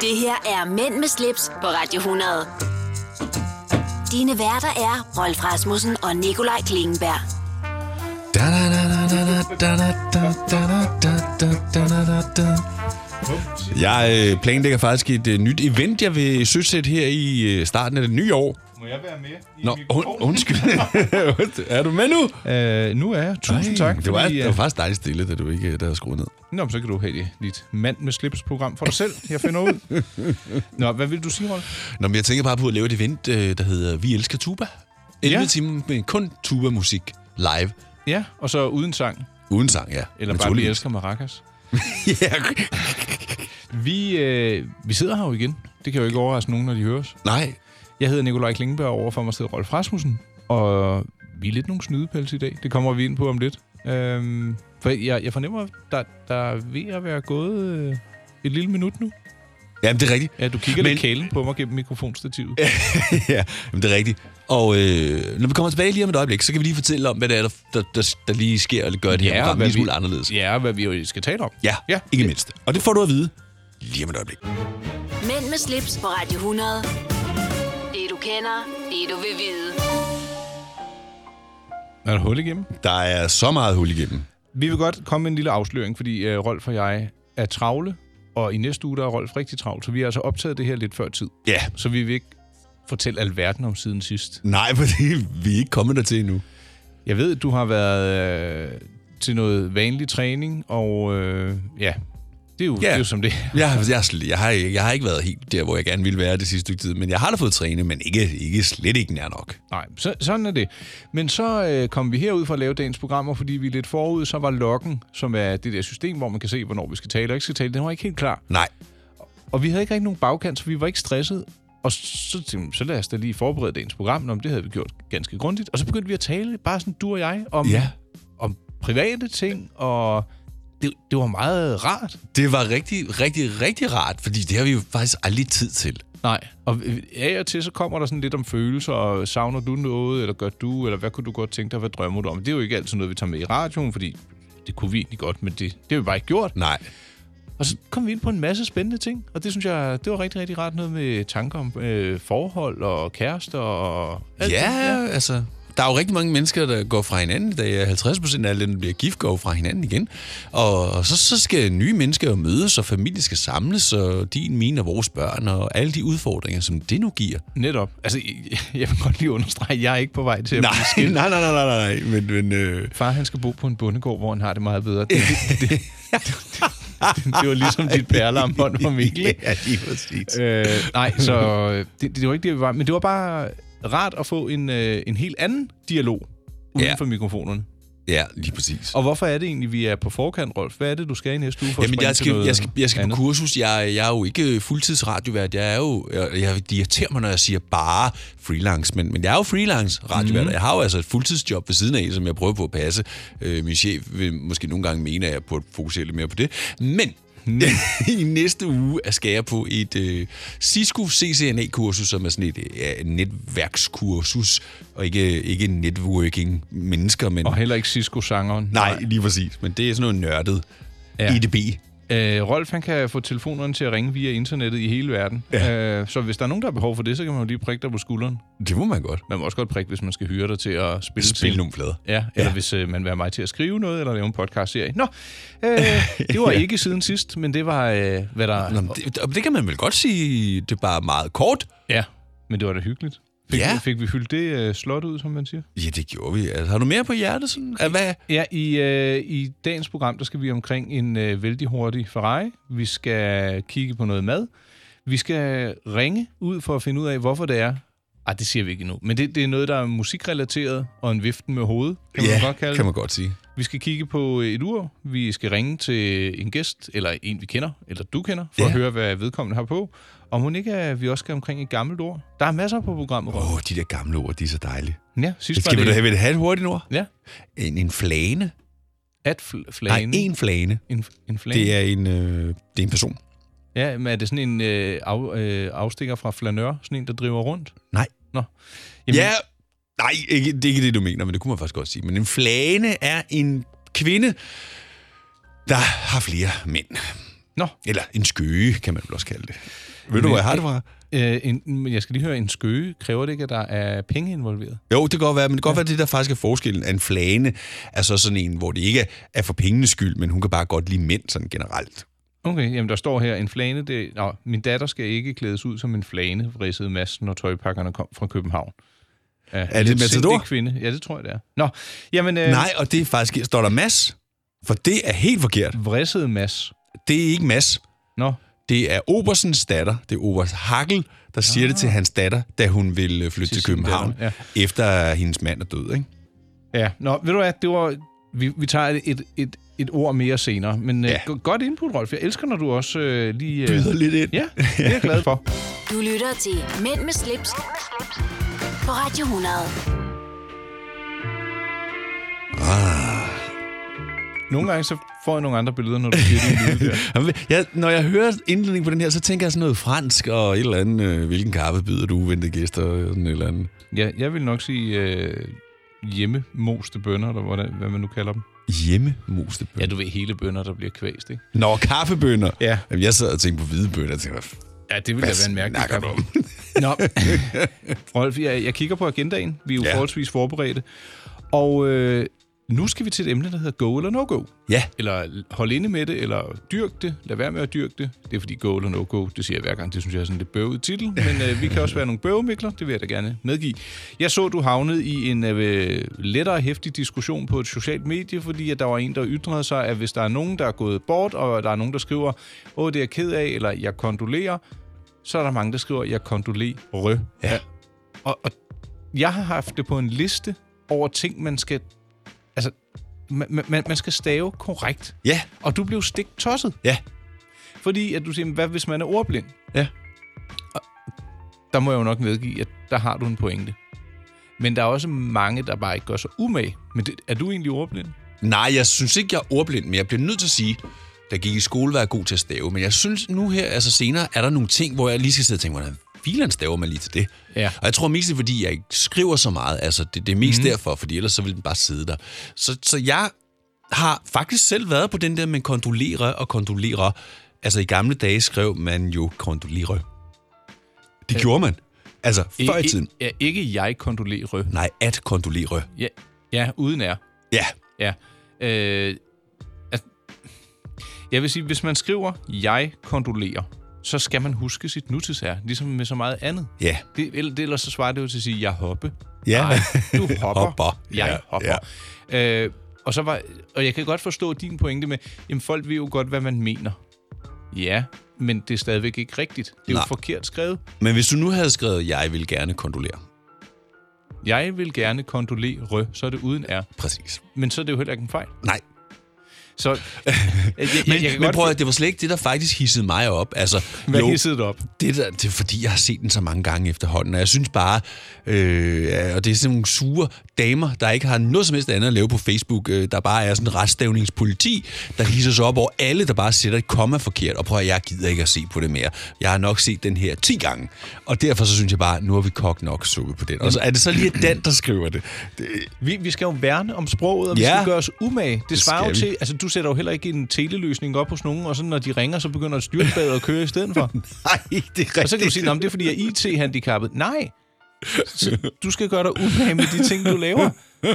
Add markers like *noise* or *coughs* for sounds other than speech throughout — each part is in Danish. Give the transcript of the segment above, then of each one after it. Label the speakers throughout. Speaker 1: Det her er Mænd med slips på Radio 100. Dine værter er Rolf Rasmussen og Nikolaj Klingenberg.
Speaker 2: Da, da, da, da, da, da, da, da, da, da, da, da, da, da, da. Jeg øh, planlægger faktisk et øh, nyt event, jeg vil søsætte her i øh, starten af det nye år.
Speaker 3: Må jeg være med? I
Speaker 2: Nå, und, undskyld. *laughs* er du med nu?
Speaker 3: Øh, nu er jeg. Tusind Ej, tak.
Speaker 2: Det var,
Speaker 3: fordi,
Speaker 2: det var
Speaker 3: øh,
Speaker 2: faktisk dejligt stille, da du ikke øh, der havde skruet ned.
Speaker 3: Nå, men så kan du have dit, dit mand med slips-program for dig selv. Jeg finder ud. Nå, hvad vil du sige, Rolf?
Speaker 2: Nå, men jeg tænker bare på at lave et event, øh, der hedder Vi Elsker Tuba. 11
Speaker 3: Ja.
Speaker 2: ja. timer med kun tuba-musik live.
Speaker 3: Ja, og så uden sang.
Speaker 2: Uden sang, ja.
Speaker 3: Eller bare, vi elsker maracas.
Speaker 2: elsker. *laughs* ja.
Speaker 3: Vi, øh, vi sidder her jo igen. Det kan jo ikke overraske nogen, når de høres.
Speaker 2: Nej,
Speaker 3: Jeg hedder Nikolaj Klingenberg, og overfor mig sidder Rolf Rasmussen. Og vi er lidt nogle snydepels i dag. Det kommer vi ind på om lidt. Øhm, for jeg, jeg fornemmer, at der, der er ved at være gået øh, et lille minut nu.
Speaker 2: jamen det er rigtigt.
Speaker 3: Ja, du kigger Men...
Speaker 2: Men-
Speaker 3: lidt kælen på mig gennem
Speaker 2: *laughs*
Speaker 3: mikrofonstativet.
Speaker 2: ja, jamen, det er rigtigt. Og øh, når vi kommer tilbage lige om et øjeblik, så kan vi lige fortælle om, hvad det er, der, der, der, der lige sker, eller gør det her
Speaker 3: og
Speaker 2: program
Speaker 3: hvad
Speaker 2: lige smule
Speaker 3: vi-
Speaker 2: anderledes.
Speaker 3: Ja, hvad vi jo skal tale om.
Speaker 2: Ja,
Speaker 3: Ja.
Speaker 2: ja, ikke mindst. Og det får du at vide lige om et øjeblik.
Speaker 1: Mænd med slips på Radio 100. Det du kender, det du vil vide.
Speaker 3: Er der hul igennem?
Speaker 2: Der er så meget hul igennem.
Speaker 3: Vi vil godt komme med en lille afsløring, fordi øh, Rolf og jeg er travle, og i næste uge der er Rolf rigtig travl, så vi har altså optaget det her lidt før tid.
Speaker 2: Ja,
Speaker 3: Så vi vil ikke fortælle alverden om siden sidst.
Speaker 2: nej, *laughs* for det, vi er ikke kommet dertil endnu.
Speaker 3: Jeg ved, du har været øh, til noget vanlig træning, og øh, ja, det er, jo, yeah. det er jo som det er.
Speaker 2: Jeg, jeg, jeg, har, jeg har ikke været helt der, hvor jeg gerne ville være det sidste stykke tid, men jeg har da fået trænet, men ikke, ikke slet ikke nær nok.
Speaker 3: Nej, så, sådan er det. Men så øh, kom vi herud for at lave dagens programmer, fordi vi er lidt forud, så var lokken, som er det der system, hvor man kan se, hvornår vi skal tale og ikke skal tale, den var ikke helt klar.
Speaker 2: Nej,
Speaker 3: Og vi havde ikke rigtig nogen bagkant, så vi var ikke stresset. Og så tænkte vi, så lad os da lige forberede dagens program. Nå, men det havde vi gjort ganske grundigt. Og så begyndte vi at tale, bare sådan du og jeg, om,
Speaker 2: Ja.
Speaker 3: om private ting, og det, det var meget rart.
Speaker 2: det var rigtig, rigtig, rigtig rart, fordi det har vi jo faktisk aldrig tid til.
Speaker 3: Nej. Og øh, af og til, så kommer der sådan lidt om følelser, og savner du noget, eller gør du, eller hvad kunne du godt tænke dig, hvad drømmer du om? Det er jo ikke altid noget, vi tager med i radioen, fordi det kunne vi egentlig godt, men det, det har vi bare ikke gjort.
Speaker 2: Nej,
Speaker 3: Og så kom vi ind på en masse spændende ting, og det synes jeg, det var rigtig, rigtig rart. Noget med tanker om øh, forhold og kærester og alt
Speaker 2: Ja,
Speaker 3: det.
Speaker 2: ja, altså... Der er jo rigtig mange mennesker, der går fra hinanden, da 50 procent af alle dem, der bliver gift, går fra hinanden igen. Og, og så, så skal nye mennesker jo mødes, og familie skal samles, og din, mine og vores børn, og alle de udfordringer, som det nu giver.
Speaker 3: Netop. Altså, jeg- *laughs* jeg vil godt lige understrege, at jeg er ikke på vej til at blive
Speaker 2: *laughs*
Speaker 3: skilt.
Speaker 2: nej, nej, nej, nej, nej. Men, men øh...
Speaker 3: Far, han skal bo på en bondegård, hvor han har det
Speaker 2: *laughs*
Speaker 3: meget bedre. Det, det, det, *laughs* det, det, det var ligesom dit perlearmbånd for Mikkel. ikke?
Speaker 2: *laughs* Ja, lige præcis.
Speaker 3: Øh, nej, så øh, det, det var ikke det, vi var. Men det var bare rart at få en, øh, en helt anden dialog uden
Speaker 2: Ja.
Speaker 3: for mikrofonerne.
Speaker 2: Ja, lige præcis.
Speaker 3: Og hvorfor er det egentlig, vi er på forkant, Rolf? Hvad er det, du skal i næste uge for at
Speaker 2: Jamen,
Speaker 3: springe
Speaker 2: jeg
Speaker 3: til
Speaker 2: skal,
Speaker 3: noget
Speaker 2: jeg skal, jeg skal på
Speaker 3: andet?
Speaker 2: kursus. Jeg, jeg er jo ikke øh, fuldtidsradiovært. Jeg er jo... Jeg, jeg, det irriterer mig, når jeg siger bare freelance, men, men jeg er jo freelance radiovært.
Speaker 3: Mhm.
Speaker 2: Mm. Jeg har jo altså et fuldtidsjob ved siden af, som jeg prøver på at passe. Øh, min chef vil måske nogle gange mene, at jeg burde fokusere lidt mere på det. Men...
Speaker 3: Mhm.
Speaker 2: *laughs* I næste uge er- skal jeg på et øh, Cisco CCNA-kursus, som er sådan et øh, netværkskursus, og ikke, ikke networking mennesker, men...
Speaker 3: Og heller ikke Cisco-sangeren.
Speaker 2: Nej, lige præcis. Men det er sådan noget nørdet.
Speaker 3: Ja.
Speaker 2: Ja. EDB.
Speaker 3: Øh, Rolf, han kan få telefonerne til at ringe via internettet i hele verden. Ja. Øh, så hvis der er nogen, der har behov for det, så kan man jo lige prikke dig på skulderen.
Speaker 2: Det må man godt.
Speaker 3: Man må også godt prikke, hvis man skal hyre dig til at spille.
Speaker 2: Spil nogle flader.
Speaker 3: Ja, eller ja. hvis øh, man vil have mig til at skrive noget, eller lave en podcastserie. Nå, øh,
Speaker 2: *laughs*
Speaker 3: det var ikke siden sidst, men det var, øh, hvad der...
Speaker 2: Nå, men det, og det kan man vel godt sige, det er bare meget kort.
Speaker 3: Ja, men det var da hyggeligt. Fik,
Speaker 2: Ja.
Speaker 3: vi, fik vi hyldt det øh, slot ud, som man siger?
Speaker 2: Ja, det gjorde vi. Altså, har du mere på hjertet? Sådan? Ah, Hvad?
Speaker 3: Ja, i, øh, i dagens program, der skal vi omkring en øh, vældig hurtig Ferrari. Vi skal kigge på noget mad. Vi skal ringe ud for at finde ud af, hvorfor det er. Ej, det siger vi ikke endnu. Men det, det er noget, der er musikrelateret og en viften med hovedet, kan man godt kalde
Speaker 2: kan
Speaker 3: det.
Speaker 2: man godt sige.
Speaker 3: Vi skal kigge på øh, et ur. Vi skal ringe til en gæst, eller en, vi kender, eller du kender, for ja.
Speaker 2: Ja.
Speaker 3: at høre, hvad vedkommende har på. Og må ikke, at vi også skal omkring et gammelt ord. Der er masser på programmet. Rolf.
Speaker 2: Åh, oh, de der gamle ord, de er så dejlige.
Speaker 3: Ja, sidst var
Speaker 2: Skal vi
Speaker 3: det...
Speaker 2: da have, have et hurtigt ord?
Speaker 3: Ja,
Speaker 2: En, en flane.
Speaker 3: at fl-
Speaker 2: Nej,
Speaker 3: flane.
Speaker 2: en flane.
Speaker 3: En, en flane.
Speaker 2: Det er en, øh, det er en person.
Speaker 3: Ja, men er det sådan en øh, af, øh, afstikker fra flanør? Sådan en, der driver rundt?
Speaker 2: Nej.
Speaker 3: Nå.
Speaker 2: Jamen. Ja, nej, ikke, det er ikke det, du mener, men det kunne man faktisk godt sige. Men en flane er en kvinde, der har flere mænd.
Speaker 3: Nå,
Speaker 2: Eller en skøge, kan man vel også kalde det. Ved du, hvor jeg har det fra?
Speaker 3: øh, en, men jeg skal lige høre, en skøge, kræver det ikke, at der er penge involveret?
Speaker 2: Jo, det kan godt være, men det kan godt være, at det der faktisk er forskellen af en flane, er så sådan en, hvor det ikke er for pengenes skyld, men hun kan bare godt lide mænd sådan generelt.
Speaker 3: Okay, jamen der står her, en flane, det, nå, min datter skal ikke klædes ud som en flane, vridsede massen, når tøjpakkerne kom fra København. Ja, en
Speaker 2: det
Speaker 3: lidt
Speaker 2: Matador?
Speaker 3: sindig kvinde. Ja, det tror jeg, det er. Nå, jamen, øh,
Speaker 2: Øh. Nej, og det er faktisk, står der mas, for det er helt forkert.
Speaker 3: vridsede mas.
Speaker 2: Det er ikke mas.
Speaker 3: Nå,
Speaker 2: Det er Obersens datter, det er Obers Hakkel, der siger det til hans datter, da hun vil øh, flytte til,
Speaker 3: Til
Speaker 2: til
Speaker 3: sin
Speaker 2: København,
Speaker 3: datter,
Speaker 2: ja. efter at hendes mand er død, ikke?
Speaker 3: ja. Nå, ved du hvad, det var, vi, vi tager et, et, et, et ord mere senere, men ja.
Speaker 2: Ja.
Speaker 3: øh, go- godt input, Rolf. Jeg elsker, når du også øh, lige... Øh,
Speaker 2: Byder lidt ind.
Speaker 3: ja, det er jeg glad *laughs* for.
Speaker 1: Du lytter til Mænd med slips, Mænd med slips. på Radio 100.
Speaker 3: Nogle gange så får jeg nogle andre billeder, når du siger det. *laughs* lyde der.
Speaker 2: Jamen, Jeg, når jeg hører indledningen på den her, så tænker jeg sådan noget fransk og et eller andet, øh, hvilken kaffe byder du uventede gæster, og sådan et eller andet.
Speaker 3: Ja, jeg vil nok sige øh, hjemmemoste bønder, eller hvordan, hvad man nu kalder dem.
Speaker 2: Hjemmemoste bønner.
Speaker 3: du ved, hele bønder, der bliver kvæst, ikke?
Speaker 2: Nå, kaffebønner.
Speaker 3: Ja.
Speaker 2: Jamen, jeg sad og tænkte på hvide bønner, og tænkte, hvad
Speaker 3: Ja, det ville da være en mærkelig
Speaker 2: snakker du
Speaker 3: kamp.
Speaker 2: om?
Speaker 3: *laughs* Nå, Rolf, jeg, jeg kigger på agendaen. Vi er jo ja.
Speaker 2: Ja.
Speaker 3: forholdsvis forberedte. Og øh, nu skal vi til et emne, der hedder go eller no-go.
Speaker 2: Ja,
Speaker 3: Eller hold inde med det, eller dyrk det. Lad være med at dyrke det. Det er fordi go eller no-go, det siger jeg hver gang. Det synes jeg er sådan en lidt bøvet titel. Men øh, vi kan også være nogle bøvemikler, det vil jeg da gerne medgive. Jeg så, du havnede i en øh, lettere hæftig diskussion på et socialt medie, fordi at der var en, der ytrede sig, at hvis der er nogen, der er gået bort, og der er nogen, der skriver, åh, det er jeg ked af, eller jeg kondolerer, så er der mange, der skriver, jeg kondolerer.
Speaker 2: Ja.
Speaker 3: Og, og jeg har haft det på en liste over ting, man skal... Altså, man, man, man skal stave korrekt.
Speaker 2: ja,
Speaker 3: Og du blev stik tosset,
Speaker 2: ja.
Speaker 3: fordi at du siger, hvad hvis man er ordblind?
Speaker 2: Ja.
Speaker 3: Og der må jeg jo nok medgive, at der har du en pointe. Men der er også mange, der bare ikke gør sig umage. Men det, er du egentlig ordblind?
Speaker 2: Nej, jeg synes ikke, jeg er ordblind, men jeg bliver nødt til at sige, der gik i skole, var jeg god til at stave. Men jeg synes nu her, altså senere, er der nogle ting, hvor jeg lige skal sidde og tænke, hvordan filen staver man lige til det?
Speaker 3: Ja.
Speaker 2: Og jeg tror mest, det er, fordi jeg ikke skriver så meget. Altså, det, det er mest mm. derfor, fordi ellers så ville den bare sidde der. Så, så jeg har faktisk selv været på den der med kondolere og kondolere. Altså, i gamle dage skrev man jo kondolere. Det gjorde man. Altså, før Øh. i tiden.
Speaker 3: Ja, ikke jeg kondolerer.
Speaker 2: Nej, at kondolere.
Speaker 3: Ja, ja uden er.
Speaker 2: Ja,
Speaker 3: Ja. Øh, altså, jeg vil sige, hvis man skriver, jeg kondolerer, så skal man huske sit nutidsære, ligesom med så meget andet.
Speaker 2: ja.
Speaker 3: Det, eller- det, ellers så svarer det jo til at sige, jeg hoppe.
Speaker 2: Ja. *laughs*
Speaker 3: Nej, du hopper.
Speaker 2: Hopper.
Speaker 3: Jeg
Speaker 2: Ja,
Speaker 3: hopper. Ja. Øh, og, så var, og jeg kan godt forstå din pointe med, jamen folk ved jo godt, hvad man mener. Ja, men det er stadigvæk ikke rigtigt. Det er Nej.
Speaker 2: Nej.
Speaker 3: jo forkert skrevet.
Speaker 2: Men hvis du nu havde skrevet, jeg vil gerne kondolere.
Speaker 3: Jeg vil gerne kondolere, så er det uden er.
Speaker 2: Præcis.
Speaker 3: Men så er det jo heller ikke en fejl.
Speaker 2: Nej,
Speaker 3: Så, øh,
Speaker 2: *laughs*
Speaker 3: jeg, jeg,
Speaker 2: men,
Speaker 3: jeg kan
Speaker 2: men
Speaker 3: godt
Speaker 2: prøv at, det var slet ikke det, der faktisk hissede mig op. Altså,
Speaker 3: Hvad
Speaker 2: jo,
Speaker 3: hissede det op?
Speaker 2: det, der, det er fordi, jeg har set den så mange gange efterhånden, og jeg synes bare, øh, ja, og det er sådan nogle sure damer, der ikke har noget som helst andet at lave på Facebook, øh, der bare er sådan en retstavningspoliti, der hisser sig op over alle, der bare sætter et komma forkert, og prøv at jeg gider ikke at se på det mere. Jeg har nok set den her 10 gange, og derfor så synes jeg bare, nu har vi kogt nok suppe på den. Og så er det så lige den, der skriver det. det *laughs*
Speaker 3: Vi, vi skal jo værne om sproget, og vi
Speaker 2: Ja.
Speaker 3: skal gøre os umage. Det svarer jo
Speaker 2: skal vi.
Speaker 3: til, altså du sætter jo heller ikke en teleløsning op hos nogen, og så når de ringer, så begynder styrtbadet at køre i stedet
Speaker 2: *laughs*
Speaker 3: for.
Speaker 2: nej, det er rigtigt.
Speaker 3: Og så kan du sige, at det er fordi, jeg er IT-handicappet. Nej, så, du skal gøre dig umage med de ting, du laver.
Speaker 2: Men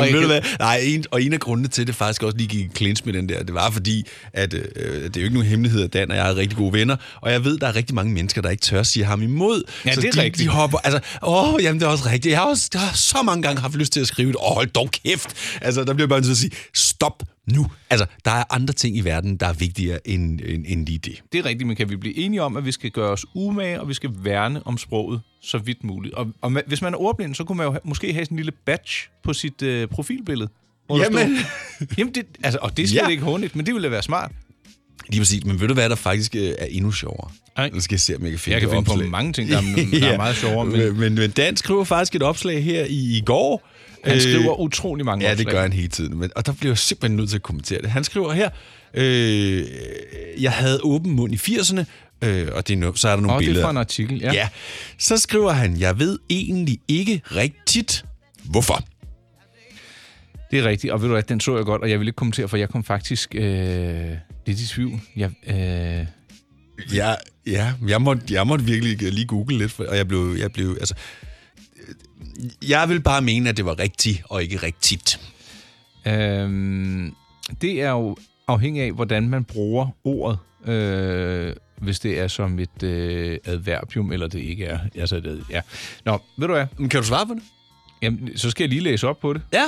Speaker 3: Og
Speaker 2: ved
Speaker 3: jeg
Speaker 2: du
Speaker 3: kan-
Speaker 2: hvad? Nej, en, og en af grundene til, at det faktisk også lige gik i clinch med den der, det var fordi, at øh, det er jo ikke nogen hemmelighed, at Dan og jeg er rigtig gode venner, og jeg ved, der er rigtig mange mennesker, der ikke tør sige ham imod.
Speaker 3: Ja,
Speaker 2: så
Speaker 3: det er
Speaker 2: de,
Speaker 3: rigtigt.
Speaker 2: de hopper, altså, åh, jamen det er også rigtigt. Jeg har, også, jeg har så mange gange haft lyst til at skrive et, åh, hold dog kæft. Altså, der bliver jeg bare nødt til at sige, stop nu. Altså, der er andre ting i verden, der er vigtigere end, end, end lige det.
Speaker 3: Det er rigtigt, men kan vi blive enige om, at vi skal gøre os umage, og vi skal værne om sproget så vidt muligt. Og, og ma- hvis man er ordblind, så kunne man jo ha- måske have sådan en lille badge på sit øh, profilbillede. hvor der
Speaker 2: Jamen.
Speaker 3: stod- Jamen det, altså, og det er slet
Speaker 2: Ja.
Speaker 3: ikke håndligt, men det ville da være smart.
Speaker 2: Lige præcis, men ved du hvad, der faktisk øh, er endnu sjovere?
Speaker 3: Ej.
Speaker 2: Nu skal jeg se, om jeg kan finde
Speaker 3: Jeg kan
Speaker 2: det
Speaker 3: finde på
Speaker 2: opslag.
Speaker 3: mange ting, der
Speaker 2: *laughs*
Speaker 3: er, Mm, der er meget sjovere, men
Speaker 2: men, men, men Dan skriver faktisk et opslag her i, i går. Øh,
Speaker 3: han skriver utrolig mange
Speaker 2: Ja,
Speaker 3: opslag.
Speaker 2: det gør han hele tiden. Men, og der bliver jeg simpelthen nødt til at kommentere det. Han skriver her, øh, jeg havde åben mund i 80'erne, øh, og det er no, så er der nogle
Speaker 3: Og det er
Speaker 2: billeder.
Speaker 3: fra en artikel, ja.
Speaker 2: ja. ja. Så skriver han, jeg ved egentlig ikke rigtigt, hvorfor.
Speaker 3: Det er rigtigt, og ved du hvad, den så jeg godt, og jeg ville ikke kommentere, for jeg kom faktisk øh, lidt i tvivl. Jeg, øh,
Speaker 2: Ja, ja jeg, måtte, jeg måtte virkelig lige google lidt, for, og jeg blev, jeg blev... Altså, jeg vil bare mene, at det var rigtigt og ikke rigtigt.
Speaker 3: Øhm, det er jo afhængig af, hvordan man bruger ordet. Øh, hvis det er som et øh, adverbium, eller det ikke er. Altså, det, ja. Nå, ved du hvad?
Speaker 2: Men kan du svare på det?
Speaker 3: Jamen, så skal jeg lige læse op på det.
Speaker 2: Ja.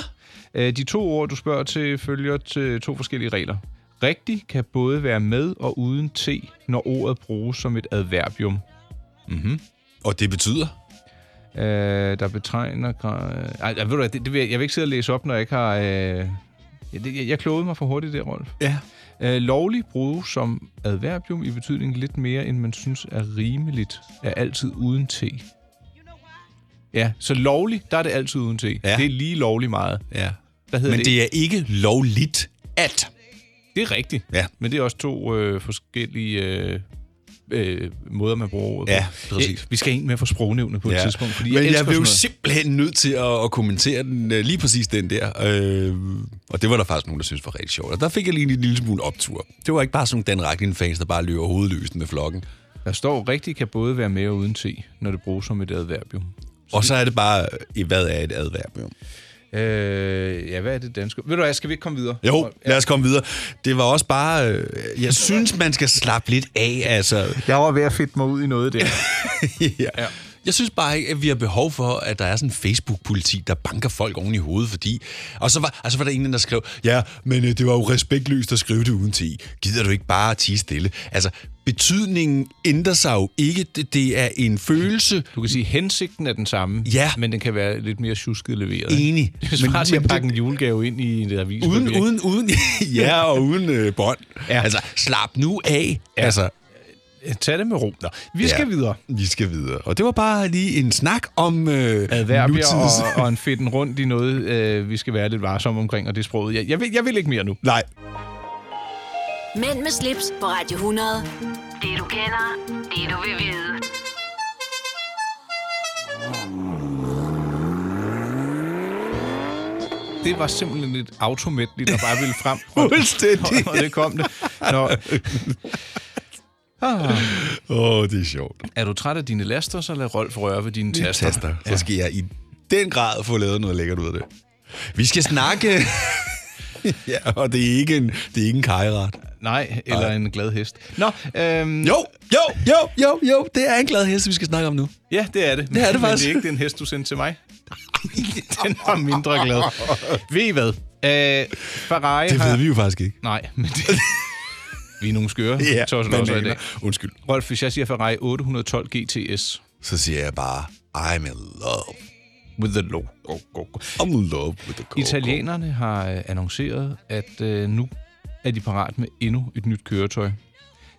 Speaker 3: Øh, de to ord, du spørger til, følger til to forskellige regler. Rigtig kan både være med og uden t, når ordet bruges som et adverbium.
Speaker 2: Og det betyder?
Speaker 3: øh, der betegner... gra- Ej, ved du hvad, det, det vil jeg, jeg vil ikke sidde og læse op, når jeg ikke har... Øh, ja, det, jeg, jeg klogede mig for hurtigt der, Rolf.
Speaker 2: Ja.
Speaker 3: Øh, lovlig bruges som adverbium i betydningen lidt mere, end man synes er rimeligt, er altid uden t. Ja, så lovlig, der er det altid uden t. Ja. Det er lige lovlig meget.
Speaker 2: ja.
Speaker 3: Hvad hedder
Speaker 2: Men
Speaker 3: det?
Speaker 2: det er ikke lovligt at...
Speaker 3: Det er rigtigt.
Speaker 2: Ja.
Speaker 3: Men det er også to øh, forskellige øh, øh, måder, man bruger ordet
Speaker 2: Ja,
Speaker 3: på.
Speaker 2: præcis.
Speaker 3: Øh, Vi skal ind med for sprognævne på ja. et tidspunkt, fordi
Speaker 2: Men jeg,
Speaker 3: elsker
Speaker 2: blev
Speaker 3: sådan
Speaker 2: jo
Speaker 3: noget.
Speaker 2: simpelthen nødt til at, at kommentere den, øh, lige præcis den der. Øh, og det var der faktisk nogen, der synes var rigtig sjovt. Og der fik jeg lige en lille smule optur. Det var ikke bare sådan nogle Dan Racklin-fans, der bare løber hovedløst med flokken.
Speaker 3: Der står, rigtigt kan både være med og uden t, når det bruges som et adverbium.
Speaker 2: Og så er det bare, øh, hvad er et adverbium?
Speaker 3: Øh, ja, hvad er det danske? Ved du hvad, skal vi ikke komme videre?
Speaker 2: Jo, lad os komme videre. Det var også bare... Øh, jeg synes, man skal slappe lidt af, altså.
Speaker 3: Jeg var ved at fedte mig ud i noget der.
Speaker 2: ja. Jeg synes bare ikke, at vi har behov for, at der er sådan en Facebook-politi, der banker folk oven i hovedet, fordi... Og så var, og så var der en, der skrev, ja, men øh, det var jo respektløst at skrive det uden ti. Gider du ikke bare at tige stille? Altså, betydningen ændrer sig jo ikke. Det, det er en følelse,
Speaker 3: *laughs* Du kan sige, at hensigten er den samme,
Speaker 2: Ja.
Speaker 3: men den kan være lidt mere tjusket leveret.
Speaker 2: Enig.
Speaker 3: Det er
Speaker 2: Men-
Speaker 3: bare til
Speaker 2: jamen,
Speaker 3: at pakke en julegave ind i en avis.
Speaker 2: uden, uden, uden, *laughs* ja, og uden øh, bånd. Ja. Altså, slap nu af. Ja. Altså,
Speaker 3: Tag det med ro. Nå, vi skal
Speaker 2: Ja.
Speaker 3: videre.
Speaker 2: vi skal videre. Og det var bare lige en snak om øh,
Speaker 3: Adverbier
Speaker 2: nutidens...
Speaker 3: og, og en fedten rundt i noget, øh, vi skal være lidt varsomme omkring, og det er sproget. Jeg, jeg, vil, jeg vil ikke mere nu.
Speaker 2: *laughs* Nej,
Speaker 1: Mænd med slips på Radio 100. Det du kender, det du vil vide.
Speaker 3: Det var simpelthen et automætligt, der bare ville *laughs* frem.
Speaker 2: fuldstændig.
Speaker 3: og det kom det. Nå,
Speaker 2: Åh, oh, det er sjovt.
Speaker 3: er du træt af dine laster, så lad Rolf røre ved dine taster.
Speaker 2: taster. Så skal jeg i den grad få lavet noget lækkert ud af det. Vi skal snakke... *laughs* ja, og det er ikke en, det er ikke en kajeret.
Speaker 3: Nej, eller en glad hest. Nå, øhm,
Speaker 2: Jo, jo, jo, jo, jo. Det er en glad hest, vi skal snakke om nu.
Speaker 3: ja, det er det. Men
Speaker 2: er det
Speaker 3: Men
Speaker 2: faktisk.
Speaker 3: det er ikke den hest, du sendte til mig. *laughs* den var mindre glad. Ved I hvad? Øh, Ferrari
Speaker 2: Det
Speaker 3: har...
Speaker 2: ved vi jo faktisk ikke.
Speaker 3: Nej, men det... vi er nogle skøre. tosser også i dag.
Speaker 2: Undskyld.
Speaker 3: Rolf, hvis jeg siger Ferrari 812 GTS
Speaker 2: Så siger jeg bare, I'm in love.
Speaker 3: with the low. Go, go, go.
Speaker 2: I'm in love with the coco.
Speaker 3: Italienerne har øh, annonceret, at øh, nu er de parat med endnu et nyt køretøj.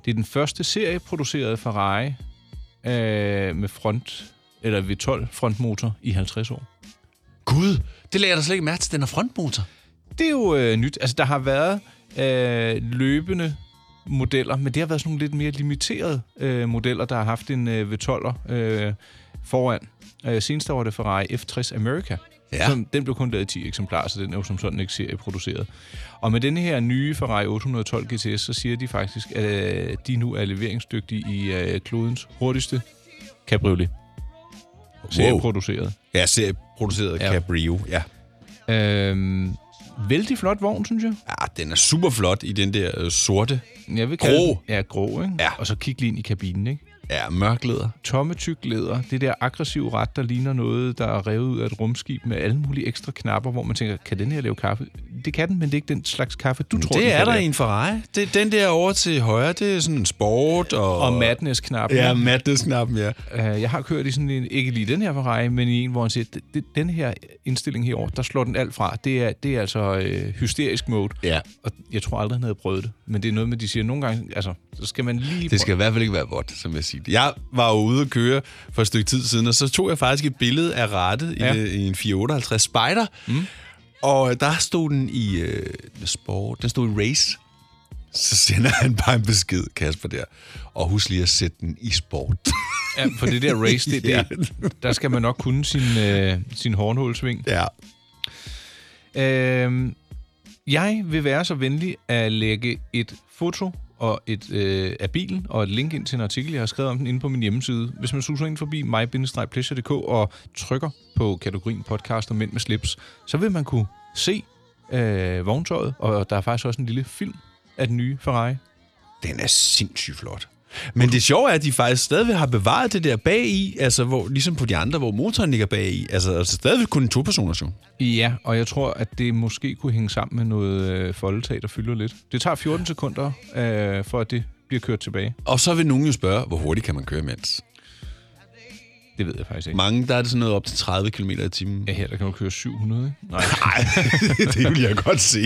Speaker 3: Det er den første serie produceret Ferrari øh, med front eller V12 frontmotor i 50 år.
Speaker 2: Gud, det lagde jeg da slet ikke mærke til. Den er frontmotor.
Speaker 3: Det er jo øh, nyt. Altså, der har været øh, løbende modeller, men det har været sådan nogle lidt mere limiterede øh, modeller, der har haft en øh, V12'er øh, foran. Øh, senest der var det Ferrari F60 America.
Speaker 2: Ja.
Speaker 3: Som, den blev kun lavet i 10 eksemplarer, så den er jo som sådan ikke serieproduceret. Og med den her nye Ferrari 812 GTS, så siger de faktisk, at øh, de nu er leveringsdygtige i øh, klodens hurtigste cabriolet. Serieproduceret.
Speaker 2: Ja, serieproduceret
Speaker 3: Ja.
Speaker 2: ja. Cabrio. Ja.
Speaker 3: Øh, vældig flot vogn, synes jeg.
Speaker 2: ja, den er super flot i den der øh, sorte.
Speaker 3: Jeg vil kalde
Speaker 2: Grå.
Speaker 3: den- Ja, grå, ikke?
Speaker 2: Ja.
Speaker 3: Og så kig lige ind i kabinen, ikke?
Speaker 2: Ja, mørklæder.
Speaker 3: Tomme tyk læder, det der aggressive ret, der ligner noget, der er revet ud af et rumskib med alle mulige ekstra knapper, hvor man tænker, kan den her lave kaffe? Det kan den, men det er ikke den slags kaffe, du tror, den
Speaker 2: Det er
Speaker 3: kan
Speaker 2: der
Speaker 3: lave.
Speaker 2: i en Ferrari. Det, den der over til højre, det er sådan en sport og...
Speaker 3: Og madness-knappen.
Speaker 2: Ja,
Speaker 3: ikke?
Speaker 2: madness-knappen, ja.
Speaker 3: Øh, Jeg har kørt i sådan en, ikke lige den her Ferrari, men i en, hvor han siger, "Det- det- den her indstilling herovre, der slår den alt fra. Det er, det er altså øh, hysterisk mode.
Speaker 2: Ja.
Speaker 3: Og jeg tror aldrig, han havde prøvet det. Men det er noget med, de siger, nogle gange, altså, så skal man lige...
Speaker 2: Det skal i hvert fald ikke være vådt, som jeg siger. Jeg var jo ude at køre for et stykke tid siden, og så tog jeg faktisk et billede af rattet
Speaker 3: Ja.
Speaker 2: ja. i, i en 458 Spider. Mm. Og der stod den i øh, sport, den stod i race. Så sender han bare en besked, Kasper, der. Og husk lige at sætte den i sport. *laughs*
Speaker 3: Ja, for det der race, det, det,
Speaker 2: Ja.
Speaker 3: der skal man nok kunne sin, øh, sin hornhulsving.
Speaker 2: ja.
Speaker 3: Øhm, jeg vil være så venlig at lægge et foto og et, øh, af bilen og et link ind til en artikel, jeg har skrevet om den inde på min hjemmeside. Hvis man suser ind forbi mig og trykker på kategorien podcast og mænd med slips, så vil man kunne se øh, vogntøjet, og der er faktisk også en lille film af den nye Ferrari.
Speaker 2: Den er sindssygt flot. Men det sjove er, at de faktisk stadigvæk har bevaret det der bag i, altså hvor, ligesom på de andre, hvor motoren ligger bag i. Altså, altså stadigvæk kun to personer, jo.
Speaker 3: Ja, og jeg tror, at det måske kunne hænge sammen med noget øh, foldetag, der fylder lidt. Det tager 14 sekunder, øh, for at det bliver kørt tilbage.
Speaker 2: Og så vil nogen jo spørge, hvor hurtigt kan man køre imens?
Speaker 3: Det ved jeg faktisk ikke.
Speaker 2: Mange, der er det sådan noget op til 30 km i timen.
Speaker 3: Ja, her der kan du køre 700, ikke? Nej.
Speaker 2: Nej, *laughs* det vil jeg godt se.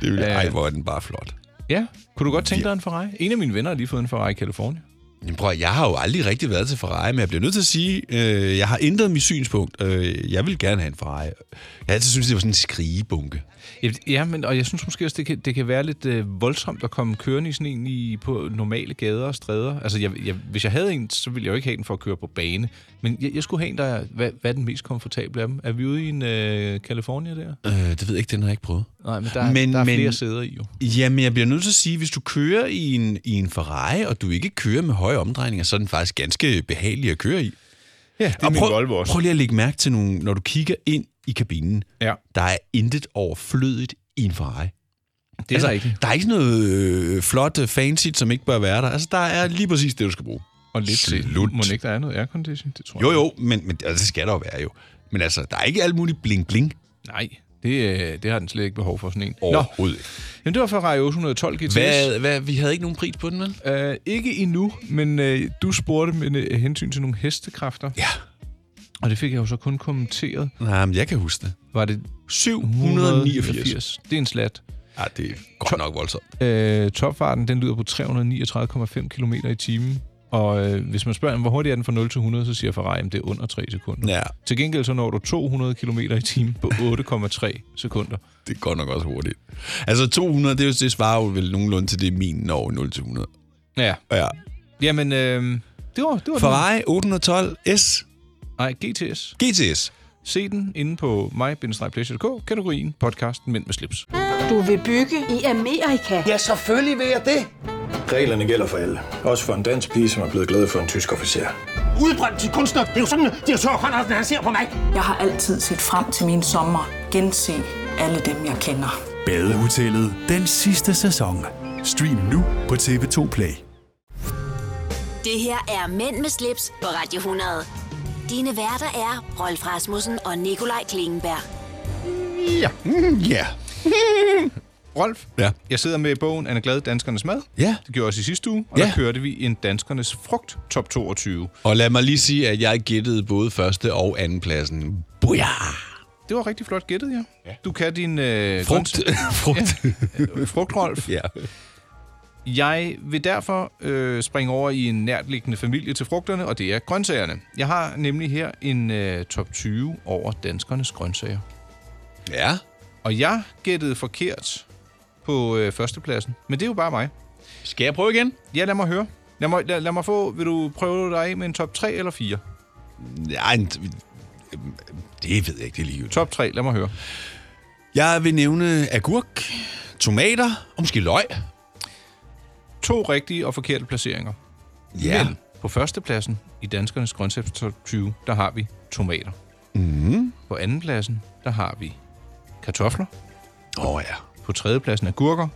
Speaker 2: Det vil, ej, hvor er den bare flot.
Speaker 3: Ja, kunne du godt tænke dig en Ferrari? En af mine venner har lige fået en Ferrari i Kalifornien.
Speaker 2: Jamen, prøv, at- jeg har jo aldrig rigtig været til Ferrari, men jeg bliver nødt til at sige, øh, jeg har ændret mit synspunkt. Øh, jeg vil gerne have en Ferrari. Jeg har altid synes det var sådan en skrigebunke.
Speaker 3: Ja, men, og jeg synes måske også, det kan, det kan være lidt øh, voldsomt at komme kørende i sådan en i, på normale gader og stræder. Altså, jeg, jeg, hvis jeg havde en, så ville jeg jo ikke have den for at køre på bane. Men jeg, jeg skulle have en, der er, hvad, hvad er den mest komfortable af dem? Er vi ude i en øh, California der?
Speaker 2: Øh, det ved jeg ikke, den har jeg ikke prøvet.
Speaker 3: Nej, men der, er-
Speaker 2: Men-
Speaker 3: der er
Speaker 2: men-
Speaker 3: flere sæder i jo.
Speaker 2: Jamen, jeg bliver nødt til at sige, hvis du kører i en, i en Ferrari, og du ikke kører med høje omdrejninger, så er den faktisk ganske behagelig at køre i.
Speaker 3: Ja, det
Speaker 2: Og prøv, prøv lige at lægge mærke til nogle, når du kigger ind i kabinen,
Speaker 3: Ja,
Speaker 2: der er intet overflødigt i en Ferrari.
Speaker 3: det er altså, rigtigt.
Speaker 2: Der er ikke sådan noget øh, flot øh, fancy, som ikke bør være der. Altså, der er lige præcis det, du skal bruge.
Speaker 3: Og lidt
Speaker 2: Slut.
Speaker 3: til. Må ikke, der er noget aircondition? Det tror
Speaker 2: Jo,
Speaker 3: jeg.
Speaker 2: jo, men, men altså, det skal der jo være jo. Men altså, der er ikke alt muligt bling-bling
Speaker 3: Nej, det, øh, det har den slet ikke behov for sådan en. Nå,
Speaker 2: overhovedet. Nå.
Speaker 3: men det var Ferrari 812 GTS.
Speaker 2: Hvad, hvad, vi havde ikke nogen pris på den, vel?
Speaker 3: Uh, ikke endnu, men uh, du spurgte med uh, hensyn til nogle hestekræfter,
Speaker 2: Ja.
Speaker 3: og det fik jeg jo så kun kommenteret.
Speaker 2: Nej, men jeg kan huske det.
Speaker 3: Var det
Speaker 2: 789.
Speaker 3: Det er en slat.
Speaker 2: Ja, det er godt nok voldsomt.
Speaker 3: Uh, topfarten den lyder på 339,5 km i timen, og uh, hvis man spørger, hvor hurtigt er den fra 0 til 100, så siger Ferrari, at det er under 3 sekunder.
Speaker 2: Ja,
Speaker 3: Til gengæld så når du 200 km i timen på 8,3 sekunder.
Speaker 2: det er godt nok også hurtigt. Altså, 200, det, er jo- det svarer jo vel nogenlunde til det min når 0 til 100.
Speaker 3: Ja,
Speaker 2: Ja.
Speaker 3: jamen, øh, det var det. Var
Speaker 2: Ferrari 812 S
Speaker 3: den. Nej, GTS.
Speaker 2: GTS.
Speaker 3: Se den inde på mig kategorien podcasten Mænd med slips.
Speaker 4: Du vil bygge i Amerika?
Speaker 5: Ja, selvfølgelig vil jeg det.
Speaker 6: Reglerne gælder for alle. Også for en dansk pige, som er blevet glad for en tysk officer.
Speaker 7: udbrændt til kunstner. Det er jo sådan, at direktør Conradsen, han ser på mig.
Speaker 8: Jeg har altid set frem til min sommer. Gense alle dem, jeg kender.
Speaker 9: Badehotellet den sidste sæson. Stream nu på TV2 Play.
Speaker 1: Det her er Mænd med slips på Radio 100. Dine værter er Rolf Rasmussen og Nikolaj Klingenberg.
Speaker 2: Ja. Mm, ja.
Speaker 3: Rolf,
Speaker 2: Ja.
Speaker 3: jeg sidder med bogen Anna Glad, Danskernes Mad.
Speaker 2: Ja.
Speaker 3: Det gjorde jeg også i sidste uge, og
Speaker 2: Ja.
Speaker 3: der kørte vi en Danskernes Frugt Top 22.
Speaker 2: Og lad mig lige sige, at jeg gættede både første og anden pladsen. Booyah!
Speaker 3: Det var rigtig flot gættet, ja. Du kan din... Øh,
Speaker 2: Frugt. *laughs* Frugt.
Speaker 3: grønts- øh, *laughs* frugt, Rolf.
Speaker 2: Ja.
Speaker 3: Jeg vil derfor øh, springe over i en nærtliggende familie til frugterne, og det er grøntsagerne. Jeg har nemlig her en øh, top 20 over danskernes grøntsager.
Speaker 2: Ja.
Speaker 3: Og jeg gættede forkert på øh, førstepladsen, men det er jo bare mig.
Speaker 2: Skal jeg prøve igen?
Speaker 3: Ja, lad mig høre. Lad mig, lad, lad mig få, vil du prøve dig af med en top 3 eller 4?
Speaker 2: Nej, en- det ved jeg ikke, det er lige
Speaker 3: Top 3, lad mig høre.
Speaker 2: Jeg vil nævne agurk, tomater og måske løg.
Speaker 3: To rigtige og forkerte placeringer. Men på førstepladsen i danskernes grøntsags top 20, der har vi tomater. Mm. På andenpladsen, der har vi kartofler.
Speaker 2: Åh oh, ja.
Speaker 3: På tredjepladsen agurker.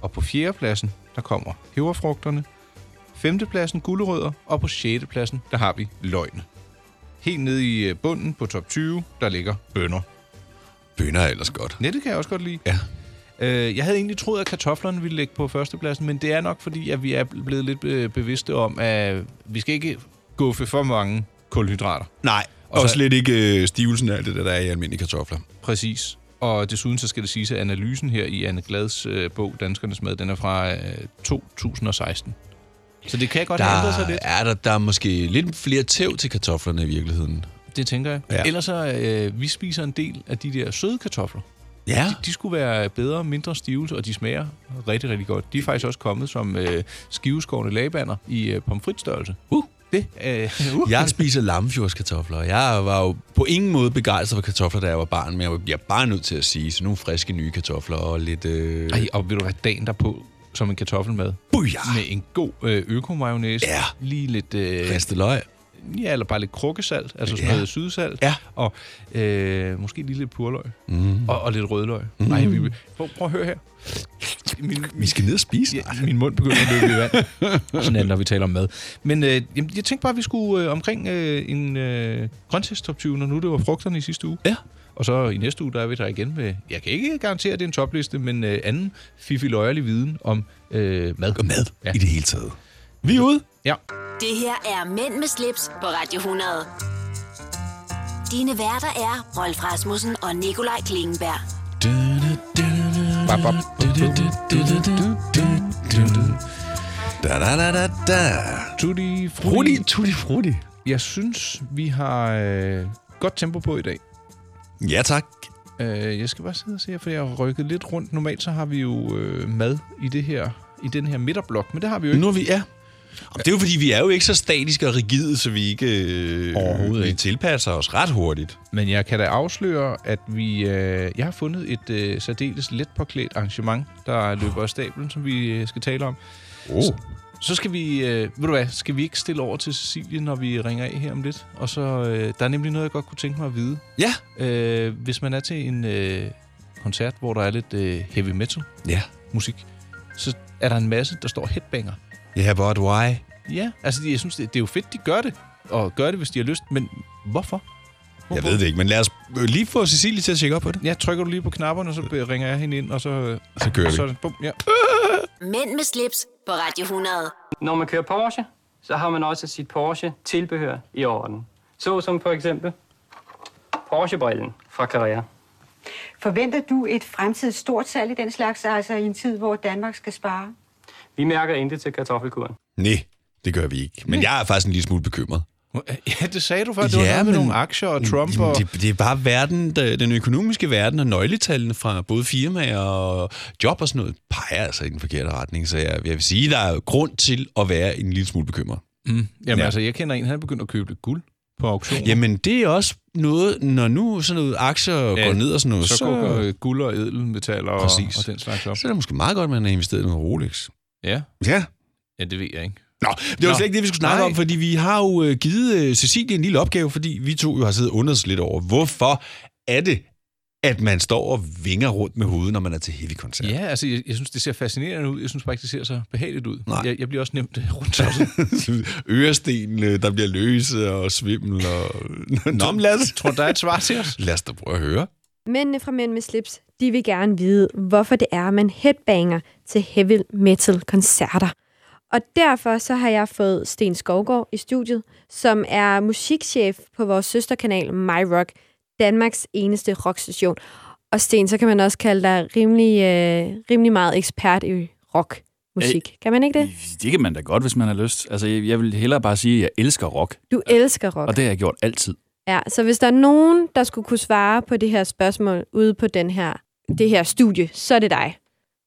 Speaker 3: Og på fjerdepladsen, der kommer peberfrugterne. Femtepladsen gulerødder. Og på sjettepladsen, der har vi løgne. Helt nede i øh, bunden på top 20, der ligger bønner.
Speaker 2: Bønner er ellers godt.
Speaker 3: Ja, det kan jeg også godt lide.
Speaker 2: Ja.
Speaker 3: Øh, jeg havde egentlig troet, at kartoflerne ville ligge på førstepladsen, men det er nok fordi, at vi er blevet lidt øh, bevidste om, at vi skal ikke guffe for mange kulhydrater.
Speaker 2: Nej, og,
Speaker 3: så-
Speaker 2: slet ikke øh, stivelsen af alt det, der er i almindelige kartofler.
Speaker 3: Præcis. Og desuden så skal det siges, at analysen her i Anne Glads øh, bog, Danskernes Mad, den er fra øh, 2016. Så det kan godt der... ændre sig
Speaker 2: Der
Speaker 3: lidt,
Speaker 2: er, der, der er måske lidt flere tæv til kartoflerne i virkeligheden.
Speaker 3: det tænker jeg.
Speaker 2: Ja.
Speaker 3: Ja. Ellers så, øh, vi spiser en del af de der søde kartofler.
Speaker 2: Ja.
Speaker 3: De skulle være bedre, mindre stive, og de smager rigtig, rigtig godt. De er faktisk også kommet som øh, skiveskårne labander i øh, pomfritstørrelse.
Speaker 2: Uh.
Speaker 3: Det øh, uh.
Speaker 2: Jeg spiser lammefjordskartofler. Jeg var jo på ingen måde begejstret for kartofler, da jeg var barn, men jeg var jeg er bare nødt til at sige, så nogle friske nye kartofler og lidt... Øh...
Speaker 3: Ej, og vil du have dagen derpå som en kartoffelmad?
Speaker 2: Booyah!
Speaker 3: Med en god øh, økomajonæse.
Speaker 2: Ah. Ja.
Speaker 3: Lige lidt... Øh,
Speaker 2: Ristet løg.
Speaker 3: ja, eller bare lidt krukkesalt, altså sådan
Speaker 2: Ja.
Speaker 3: noget sydsalt.
Speaker 2: Ja.
Speaker 3: Og øh, måske lige lidt purløg. Mm. Og, og lidt rødløg. Mm. Nej, vi, prøv, prøv at høre her. Min,
Speaker 2: Vi skal ned og spise.
Speaker 3: Ja, min mund begynder at løbe i vand.
Speaker 2: *laughs*
Speaker 3: Sådan er det, når vi taler om mad. Men øh, jamen, jeg tænkte bare, at vi skulle øh, omkring øh, en øh, grøntsagstop 20, når nu det var frugterne i sidste uge.
Speaker 2: Ja.
Speaker 3: Og så i næste uge, der er vi der igen med, jeg kan ikke garantere, at det er en topliste, men øh, anden fifi løjerlig viden om øh, mad.
Speaker 2: Og mad
Speaker 3: Ja.
Speaker 2: ja. i det hele taget. Vi er ude.
Speaker 3: Ja.
Speaker 1: Det her er Mænd med slips på Radio 100. Dine værter er Rolf Rasmussen og Nikolaj Klingenberg.
Speaker 3: Bap, bap.
Speaker 2: Da, da, da, da, da.
Speaker 3: Tutti frutti.
Speaker 2: Frutti, tutti frutti.
Speaker 3: Jeg synes, vi har øh, godt tempo på i dag.
Speaker 2: Ja, tak.
Speaker 3: Øh, jeg skal bare sidde og se her, for jeg har rykket lidt rundt. Normalt så har vi jo øh, mad i det her i den her midterblok, men det har vi jo ikke.
Speaker 2: Øh, Nu er vi, ja. Og Det er jo fordi, vi er jo ikke så statiske og rigide, så vi ikke... Øh,
Speaker 3: Overhovedet
Speaker 2: vi
Speaker 3: ikke.
Speaker 2: tilpasser os ret hurtigt.
Speaker 3: Men jeg kan da afsløre, at vi, øh, jeg har fundet et øh, særdeles let påklædt arrangement, der løber af stablen, som vi øh, skal tale om.
Speaker 2: Oh.
Speaker 3: Så skal vi, øh, ved du hvad, skal vi ikke stille over til Cecilie, når vi ringer af her om lidt? Og så, øh, der er nemlig noget, jeg godt kunne tænke mig at vide.
Speaker 2: Ja.
Speaker 3: Øh, hvis man er til en øh, koncert, hvor der er lidt øh, heavy metal
Speaker 2: Ja.
Speaker 3: musik, så er der en masse, der står headbanger.
Speaker 2: Ja, but why?
Speaker 3: Ja, altså jeg synes, det, det er jo fedt, de gør det, og gør det, hvis de har lyst, men hvorfor?
Speaker 2: Jeg ved det ikke, men lad os øh, lige få Cecilie til at tjekke op på det.
Speaker 3: Ja, trykker du lige på knapperne, og så øh, ringer jeg hende ind, og så... øh,
Speaker 2: Så kører
Speaker 3: og
Speaker 2: vi.
Speaker 3: så, er det- bum, ja.
Speaker 1: Mænd med slips på Radio 100.
Speaker 5: Når man kører Porsche, så har man også sit Porsche-tilbehør i orden. Så som for eksempel Porsche-brillen fra Carrera.
Speaker 10: Forventer du et fremtidigt stort salg i den slags, altså i en tid, hvor Danmark skal spare?
Speaker 5: Vi mærker intet til kartoffelkuren.
Speaker 2: Nej, det gør vi ikke. Men jeg er faktisk en lille smule bekymret.
Speaker 3: ja, det sagde du før. Det ja, var noget med nogle aktier og Trump
Speaker 2: Jamen,
Speaker 3: og...
Speaker 2: Det, det er bare verden, der- den økonomiske verden og nøgletallene fra både firmaer og job og sådan noget, peger altså i den forkerte retning. Så jeg, jeg vil sige, der er grund til at være en lille smule bekymret.
Speaker 3: Jamen
Speaker 2: Ja.
Speaker 3: altså, jeg kender en, han er begyndt at købe lidt guld på auktion.
Speaker 2: Jamen, det er også noget, når nu sådan noget aktier ja, går ned og sådan noget, så,
Speaker 3: så, så går øh, guld og edelmetaller og,
Speaker 2: Præcis.
Speaker 3: og den slags op.
Speaker 2: så er det måske meget godt, at man har investeret i noget Rolex.
Speaker 3: Ja.
Speaker 2: Ja.
Speaker 3: ja, det ved jeg ikke.
Speaker 2: Nå, det var
Speaker 3: Nå.
Speaker 2: Nå, slet ikke det, vi skulle snakke
Speaker 3: Nej.
Speaker 2: Nej. om, fordi vi har jo øh, givet øh, Cecilie en lille opgave, fordi vi to jo har siddet og undret os lidt over, hvorfor er det, at man står og vinger rundt med hovedet, når man er til heavy-koncert. *laughs*
Speaker 3: Ja, altså, jeg, jeg synes, det ser fascinerende ud. Jeg synes bare ikke, det ser så behageligt ud.
Speaker 2: Nej.
Speaker 3: Jeg, jeg bliver også nemt *laughs* øh, rundt. Jeg
Speaker 2: Ørestenene, øh, der bliver løse og svimmel og... Nå, men lad os,
Speaker 3: tror, der er et svar til os.
Speaker 2: lad os da prøve at høre.
Speaker 10: Mændene fra Mænd med slips, de vil gerne vide, hvorfor det er, man headbanger til heavy metal-koncerter. Og derfor så har jeg fået Sten Skovgaard i studiet, som er musikchef på vores søsterkanal My Rock, Danmarks eneste rockstation. Og Sten, så kan man også kalde dig rimelig, øh, rimelig meget ekspert i rockmusik. Kan man ikke det?
Speaker 9: Det kan man da godt, hvis man har lyst. Altså, jeg, jeg vil hellere bare sige, at jeg elsker rock,
Speaker 10: Du elsker rock.
Speaker 9: og det har jeg gjort altid.
Speaker 10: Ja, så hvis der er nogen, der skulle kunne svare på det her spørgsmål ude på den her, det her studie, så er det dig.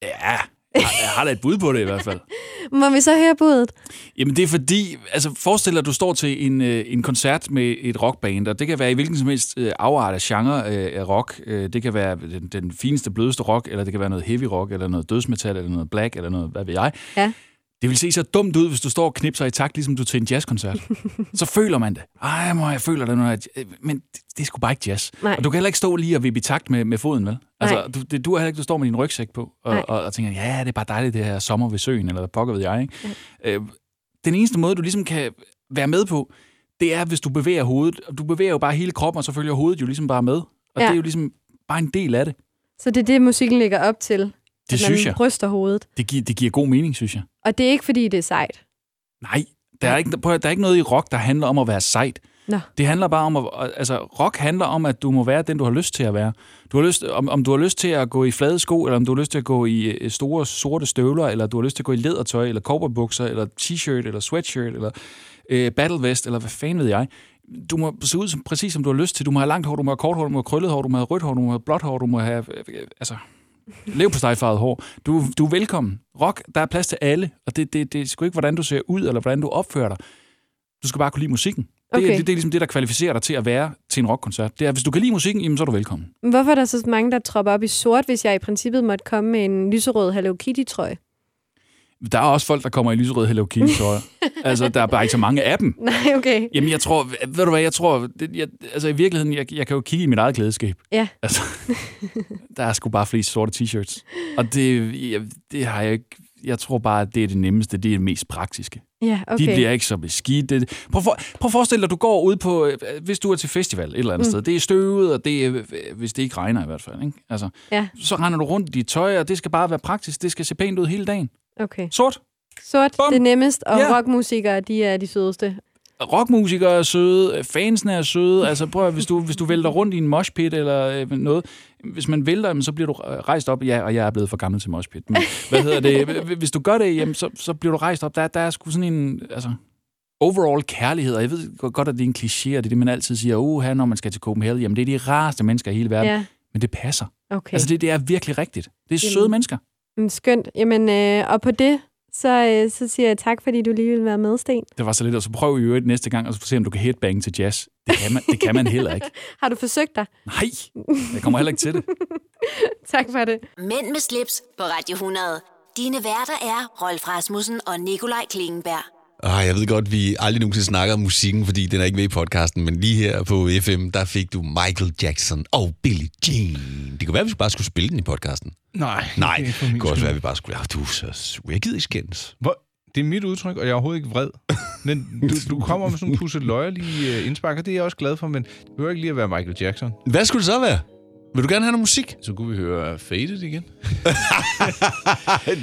Speaker 9: Ja, jeg, jeg har da et bud på det i hvert fald.
Speaker 10: *laughs* Må vi så høre budet?
Speaker 9: Jamen det er fordi, altså forestil dig, at du står til en, øh, en koncert med et rockband, og det kan være i hvilken som helst øh, afart af genre øh, af rock. Øh, det kan være den, den fineste, blødeste rock, eller det kan være noget heavy rock, eller noget dødsmetal, eller noget black, eller noget, hvad ved jeg.
Speaker 10: Ja.
Speaker 9: Det vil se så dumt ud, hvis du står og knipser i takt, ligesom du er til en jazzkoncert.
Speaker 10: *laughs*
Speaker 9: så føler man det. Ej, mor, jeg føler det, når jeg... øh, Men det, det er sgu bare ikke jazz.
Speaker 10: Nej.
Speaker 9: Og du kan heller ikke stå lige og vippe i takt med, med foden, vel?
Speaker 10: Nej.
Speaker 9: Altså, du, det duer heller ikke, du står med din rygsæk på,
Speaker 10: Nej.
Speaker 9: og, og, og tænker, ja, det er bare dejligt, det her sommer ved søen, eller hvad pokker ved jeg, ikke? Øh, den eneste måde, du ligesom kan være med på, det er, hvis du bevæger hovedet. Og Du bevæger jo bare hele kroppen, og så følger hovedet jo ligesom bare med. Og
Speaker 10: Ja.
Speaker 9: ja. det er jo ligesom bare en del af det.
Speaker 10: Så det er det, musikken ligger op til.
Speaker 9: Det
Speaker 10: at
Speaker 9: synes
Speaker 10: man
Speaker 9: jeg.
Speaker 10: ryster hovedet.
Speaker 9: Det, gi- det giver god mening, synes jeg.
Speaker 10: Og det er ikke, fordi det er sejt.
Speaker 9: Nej, der er, ikke, prøv, at- der er ikke noget i rock, der handler om at være sejt.
Speaker 10: Nå.
Speaker 9: Det handler bare om, at, altså rock handler om, at du må være den, du har lyst til at være. Du har lyst, om, om du har lyst til at gå i flade sko, eller om du har lyst til at gå i øh, store sorte støvler, eller du har lyst til at gå i lædertøj, eller cowboybukser, eller t-shirt, eller sweatshirt, eller øh, battle vest, eller hvad fanden ved jeg. Du må se ud som, præcis, som du har lyst til. Du må have langt hår, du må have kort hår, du må have krøllet hår, du må have rødt hår, du må have blåt hår, du må have... Øh, øh, altså, Lev på stegfarvet hår. Du, du er velkommen. Rock, der er plads til alle, og det, det, det er sgu ikke, hvordan du ser ud, eller hvordan du opfører dig. Du skal bare kunne lide musikken. Det,
Speaker 10: Okay.
Speaker 9: okay. det, det er ligesom det, der kvalificerer dig til at være til en rockkoncert. Det er, hvis du kan lide musikken, jamen, så er du velkommen.
Speaker 10: Men Hvorfor er der så mange, der tropper op i sort, hvis jeg i princippet måtte komme med en lyserød Hello Kitty-trøje?
Speaker 9: Der er også folk, der kommer i lyserød Hello Kitty,
Speaker 10: *laughs*
Speaker 9: tror jeg. altså, der er bare ikke så mange af dem.
Speaker 10: Nej, okay.
Speaker 9: Jamen, jeg tror, ved du hvad, jeg tror, det, jeg, altså i virkeligheden, jeg, jeg kan jo kigge i mit eget klædeskab.
Speaker 10: Ja.
Speaker 9: Altså, der er sgu bare flest sorte t-shirts. Og det, jeg, det har jeg ikke, jeg tror bare, at det er det nemmeste, det er det mest praktiske.
Speaker 10: Ja,
Speaker 9: Okay. De
Speaker 10: okay.
Speaker 9: bliver ikke så beskidt. Det- Prøv, for, prøv at forestille dig, du går ud på, øh, hvis du er til festival et eller andet mm. sted. Det er støvet, og det er, øh, hvis det ikke regner i hvert fald. Ikke? Altså,
Speaker 10: Ja.
Speaker 9: Så render du rundt i dit tøj, og det skal bare være praktisk. Det skal se pænt ud hele dagen.
Speaker 10: okay.
Speaker 9: Sort.
Speaker 10: Sort,
Speaker 9: Bum.
Speaker 10: det er nemmest, og
Speaker 9: Ja.
Speaker 10: rockmusikere, de er de sødeste.
Speaker 9: rockmusikere er søde, fansene er søde. Altså prøv at, hvis du, hvis du vælter rundt i en moshpit eller øh, noget, hvis man vælter, jamen, så bliver du øh, rejst op. Ja, og jeg er blevet for gammel til moshpit. Men hvad hedder
Speaker 10: *laughs*
Speaker 9: det? Hvis du gør det, jamen, så, så bliver du rejst op. Der, der er sgu sådan en... Altså, overall kærlighed, og jeg ved godt, at det er en kliché, og det er det, man altid siger, uha, når man skal til Copenhagen, jamen det er de rareste mennesker i hele verden.
Speaker 10: Ja,
Speaker 9: Men det passer. Okay.
Speaker 10: okay.
Speaker 9: Altså det, det er virkelig rigtigt. Det er søde
Speaker 10: Jamen.
Speaker 9: mennesker.
Speaker 10: Mm, Skønt. Jamen, øh, og på det, så, øh, så siger jeg tak, fordi du lige ville være med, Sten.
Speaker 9: Det var så lidt, og så prøv i øvrigt næste gang, og så se, om du kan headbange til jazz. Det kan man, det kan man heller ikke.
Speaker 10: *laughs* Har du forsøgt dig?
Speaker 9: Nej, jeg kommer heller ikke til det.
Speaker 10: *laughs* Tak for det.
Speaker 1: Mænd med slips på Radio 100. Dine værter er Rolf Rasmussen og Nikolaj Klingenberg.
Speaker 2: Ah, jeg ved godt, vi aldrig nogensinde snakker om musikken, fordi den er ikke med i podcasten, men lige her på FM, der fik du Michael Jackson og Billie Jean. Det kunne være, at vi bare skulle spille den i podcasten.
Speaker 3: Nej.
Speaker 2: Nej,
Speaker 3: det er for min
Speaker 2: det kunne også
Speaker 3: skyld.
Speaker 2: være, at vi bare skulle... Ja, du er så sur. Jeg gider ikke skændes.
Speaker 3: Hvor, det er mit udtryk, og jeg er overhovedet ikke vred. Men du, du kommer med sådan en pusseløjerlig uh, indspark, og det er jeg også glad for, men det behøver ikke lige at være Michael Jackson.
Speaker 2: Hvad skulle det så være? Vil du gerne have noget
Speaker 9: *laughs*
Speaker 2: musik?
Speaker 3: Så kunne vi høre øh, Faded igen.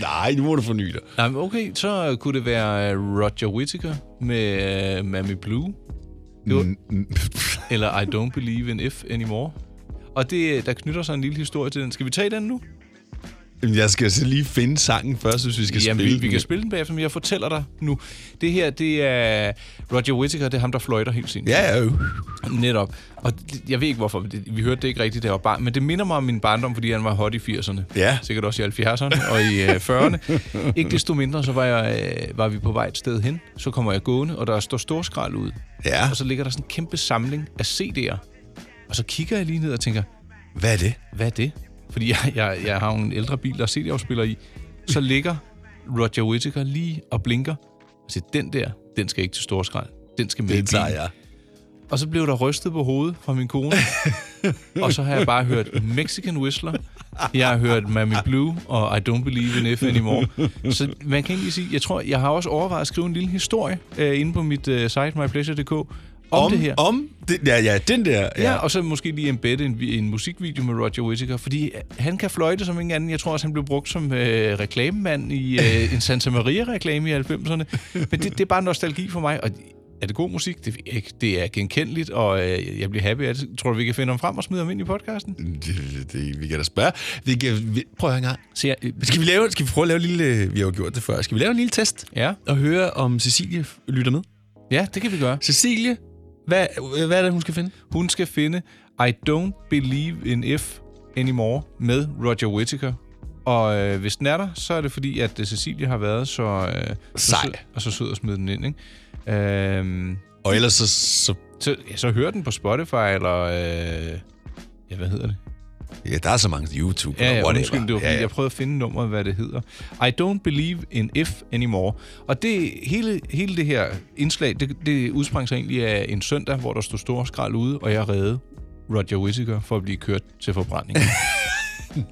Speaker 2: Nej, nu må du forny dig.
Speaker 3: Nej, men okay, så kunne det være øh, Roger Whittaker med uh, Mammy Blue, Det var-
Speaker 2: *laughs*
Speaker 3: eller I Don't Believe in If Anymore. Og det, øh, der knytter sig en lille historie til den. Skal vi tage den nu?
Speaker 2: Jeg skal så lige finde sangen først, hvis vi skal
Speaker 3: Jamen,
Speaker 2: spille
Speaker 3: vi, vi kan spille den bagefter, men jeg fortæller dig nu. Det her, det er Roger Whittaker, det er ham, der fløjter helt sin.
Speaker 2: Ja, ja. jo.
Speaker 3: Netop. Og det- jeg ved ikke, hvorfor. Det- Vi hørte det ikke rigtigt, da jeg var barn. Men det minder mig om min barndom, fordi han var hot i 80'erne.
Speaker 2: Ja.
Speaker 3: Sikkert også i 70'erne og i øh, 40'erne. ikke desto mindre, så var, jeg, øh, var vi på vej et sted hen. Så kommer jeg gående, og der står stor skrald ud.
Speaker 2: Ja.
Speaker 3: Og så ligger der sådan en kæmpe samling af CD'er. Og så kigger jeg lige ned og tænker,
Speaker 2: Hvad er det?
Speaker 3: hvad er det? Fordi jeg, jeg, jeg har jo en ældre bil, der er CD-afspiller i. Så ligger Roger Whittaker lige og blinker. Og siger, den der, den skal ikke til storskrald. Den skal med i
Speaker 2: Det tager
Speaker 3: bilen."
Speaker 2: jeg.
Speaker 3: Og så blev der rystet på hovedet fra min kone. og så har jeg bare hørt Mexican Whistler. Jeg har hørt Mammy Blue og I Don't Believe in F Anymore. Så man kan ikke lige sige, jeg tror, jeg har også overvejet at skrive en lille historie øh, inde på mit øh, site mypleasure.dk om, om det her.
Speaker 2: Om det, ja, ja, den der.
Speaker 3: Ja. ja, og så måske lige embedde en, vi- en musikvideo med Roger Whittaker, fordi øh, han kan fløjte som ingen anden. Jeg tror også, han blev brugt som øh, reklamemand i øh, en Santa Maria-reklame i 90'erne. Men det, det er bare nostalgi for mig, og er det god musik? Det, ved jeg ikke. det er genkendeligt, og øh, jeg bliver happy af det. Tror du, vi kan finde ham frem og smide ham ind i podcasten?
Speaker 2: Det, det, vi kan da spørge. Vi kan, vi, prøv at høre en gang.
Speaker 3: Så jeg, øh,
Speaker 2: Skal vi, lave, skal vi prøve at lave en lille... Vi har jo gjort det før. Skal vi lave en lille test
Speaker 3: ja.
Speaker 2: og høre, om Cecilie lytter med?
Speaker 3: ja, det kan vi gøre.
Speaker 2: Cecilie, hvad, hvad er det, hun skal finde?
Speaker 3: Hun skal finde I Don't Believe in F Anymore med Roger Whittaker. Og øh, hvis den er der, så er det fordi, at øh, Cecilie har været så, øh, så
Speaker 2: Sej.
Speaker 3: sød, og så sød at smide den ind. Ikke? Øhm,
Speaker 2: Og ellers så... så
Speaker 3: så, ja, så hør den på Spotify, eller... Øh, ja, hvad hedder det?
Speaker 2: ja, der er så mange YouTube.
Speaker 3: Ja, ja,
Speaker 2: whatever.
Speaker 3: undskyld, det var, ja, ja. jeg prøvede at finde nummeret, hvad det hedder. I don't believe in if anymore. Og det, hele, hele det her indslag, det, det udsprang sig egentlig af en søndag, hvor der stod stor skrald ude, og jeg redde Roger Whittaker for at blive kørt til forbrænding.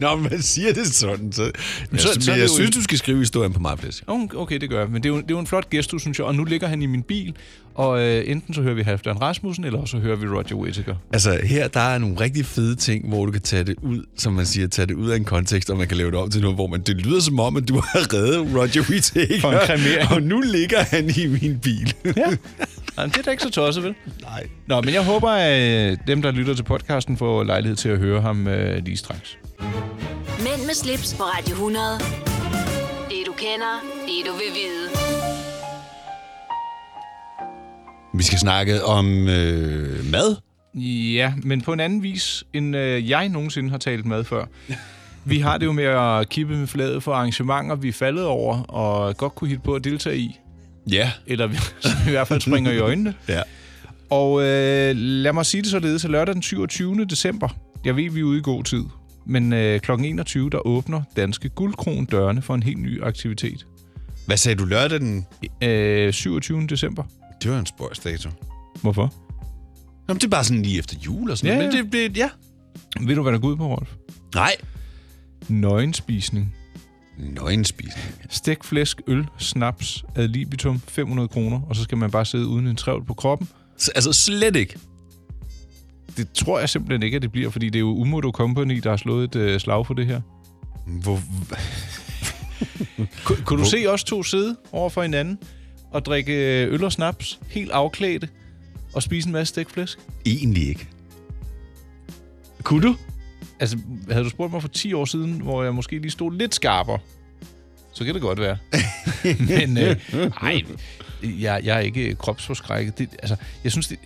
Speaker 2: Nå, men man siger det sådan. Så, men
Speaker 3: så-
Speaker 2: så,
Speaker 3: så
Speaker 2: så
Speaker 3: er det
Speaker 2: jeg
Speaker 3: jo
Speaker 2: synes,
Speaker 3: en-
Speaker 2: du skal skrive historien på mig, please.
Speaker 3: Okay, okay, det gør jeg. Men det er, jo, det er jo en flot gestus, synes jeg. Og nu ligger han i min bil, og øh, enten så hører vi Halfdan Rasmussen, eller så hører vi Roger Whittaker.
Speaker 2: Altså, her der er nogle rigtig fede ting, hvor du kan tage det ud, som man siger, tage det ud af en kontekst, og man kan lave det om til noget, hvor man, det lyder som om, at du har reddet Roger Whittaker.
Speaker 3: For en kremering.
Speaker 2: Og nu ligger han i min bil.
Speaker 3: Ja. Jamen, det er da ikke så tosset, vel?
Speaker 2: Nej.
Speaker 3: Nå, men jeg håber, at øh, dem, der lytter til podcasten, får lejlighed til at høre ham øh, lige straks.
Speaker 1: Mænd med slips på Radio 100. Det du kender, det du vil vide.
Speaker 2: Vi skal snakke om øh, mad.
Speaker 3: Ja, men på en anden vis, end øh, jeg nogensinde har talt med før. Vi har det jo med at kippe med fladet for arrangementer, vi *laughs* er faldet over og godt kunne hitte på at deltage i.
Speaker 2: Ja.
Speaker 3: eller som i hvert fald springer i øjnene.
Speaker 2: Ja.
Speaker 3: Og øh, lad mig sige det således, at lørdag den 27. december, jeg ved, vi er ude i god tid, men øh, kl. 21, der åbner Danske Guldkron dørene for en helt ny aktivitet.
Speaker 2: Hvad sagde du lørdag den?
Speaker 3: Øh, 27. december.
Speaker 2: Det var en spøjsdato.
Speaker 3: Hvorfor?
Speaker 2: Nå, men det er bare sådan lige efter jul og sådan
Speaker 3: Ja,
Speaker 2: noget.
Speaker 3: ja.
Speaker 2: Men det, det, ja.
Speaker 3: Ved du, hvad der går ud på, Rolf?
Speaker 2: Nej.
Speaker 3: Nøgenspisning.
Speaker 2: Nøgenspisning.
Speaker 3: Stegt flæsk, øl, snaps, ad libitum, 500 kroner, og så skal man bare sidde uden en trævl på kroppen.
Speaker 2: Så- Altså slet ikke.
Speaker 3: Det tror jeg simpelthen ikke, at det bliver, fordi det er jo Umodo Company, der har slået et øh, slag for det her.
Speaker 2: Hvor...
Speaker 3: Kun- Kunne du se os to sidde over for hinanden og drikke øh, øl og snaps, helt afklædte, og spise en masse stikflæsk?
Speaker 2: Egentlig ikke. Kunne du?
Speaker 3: Altså, havde du spurgt mig for 10 år siden, hvor jeg måske lige stod lidt skarpere, så kan det godt *laughs* være. Men øh, nej, jeg, jeg er ikke kropsforskrækket. Det, altså, jeg synes, det,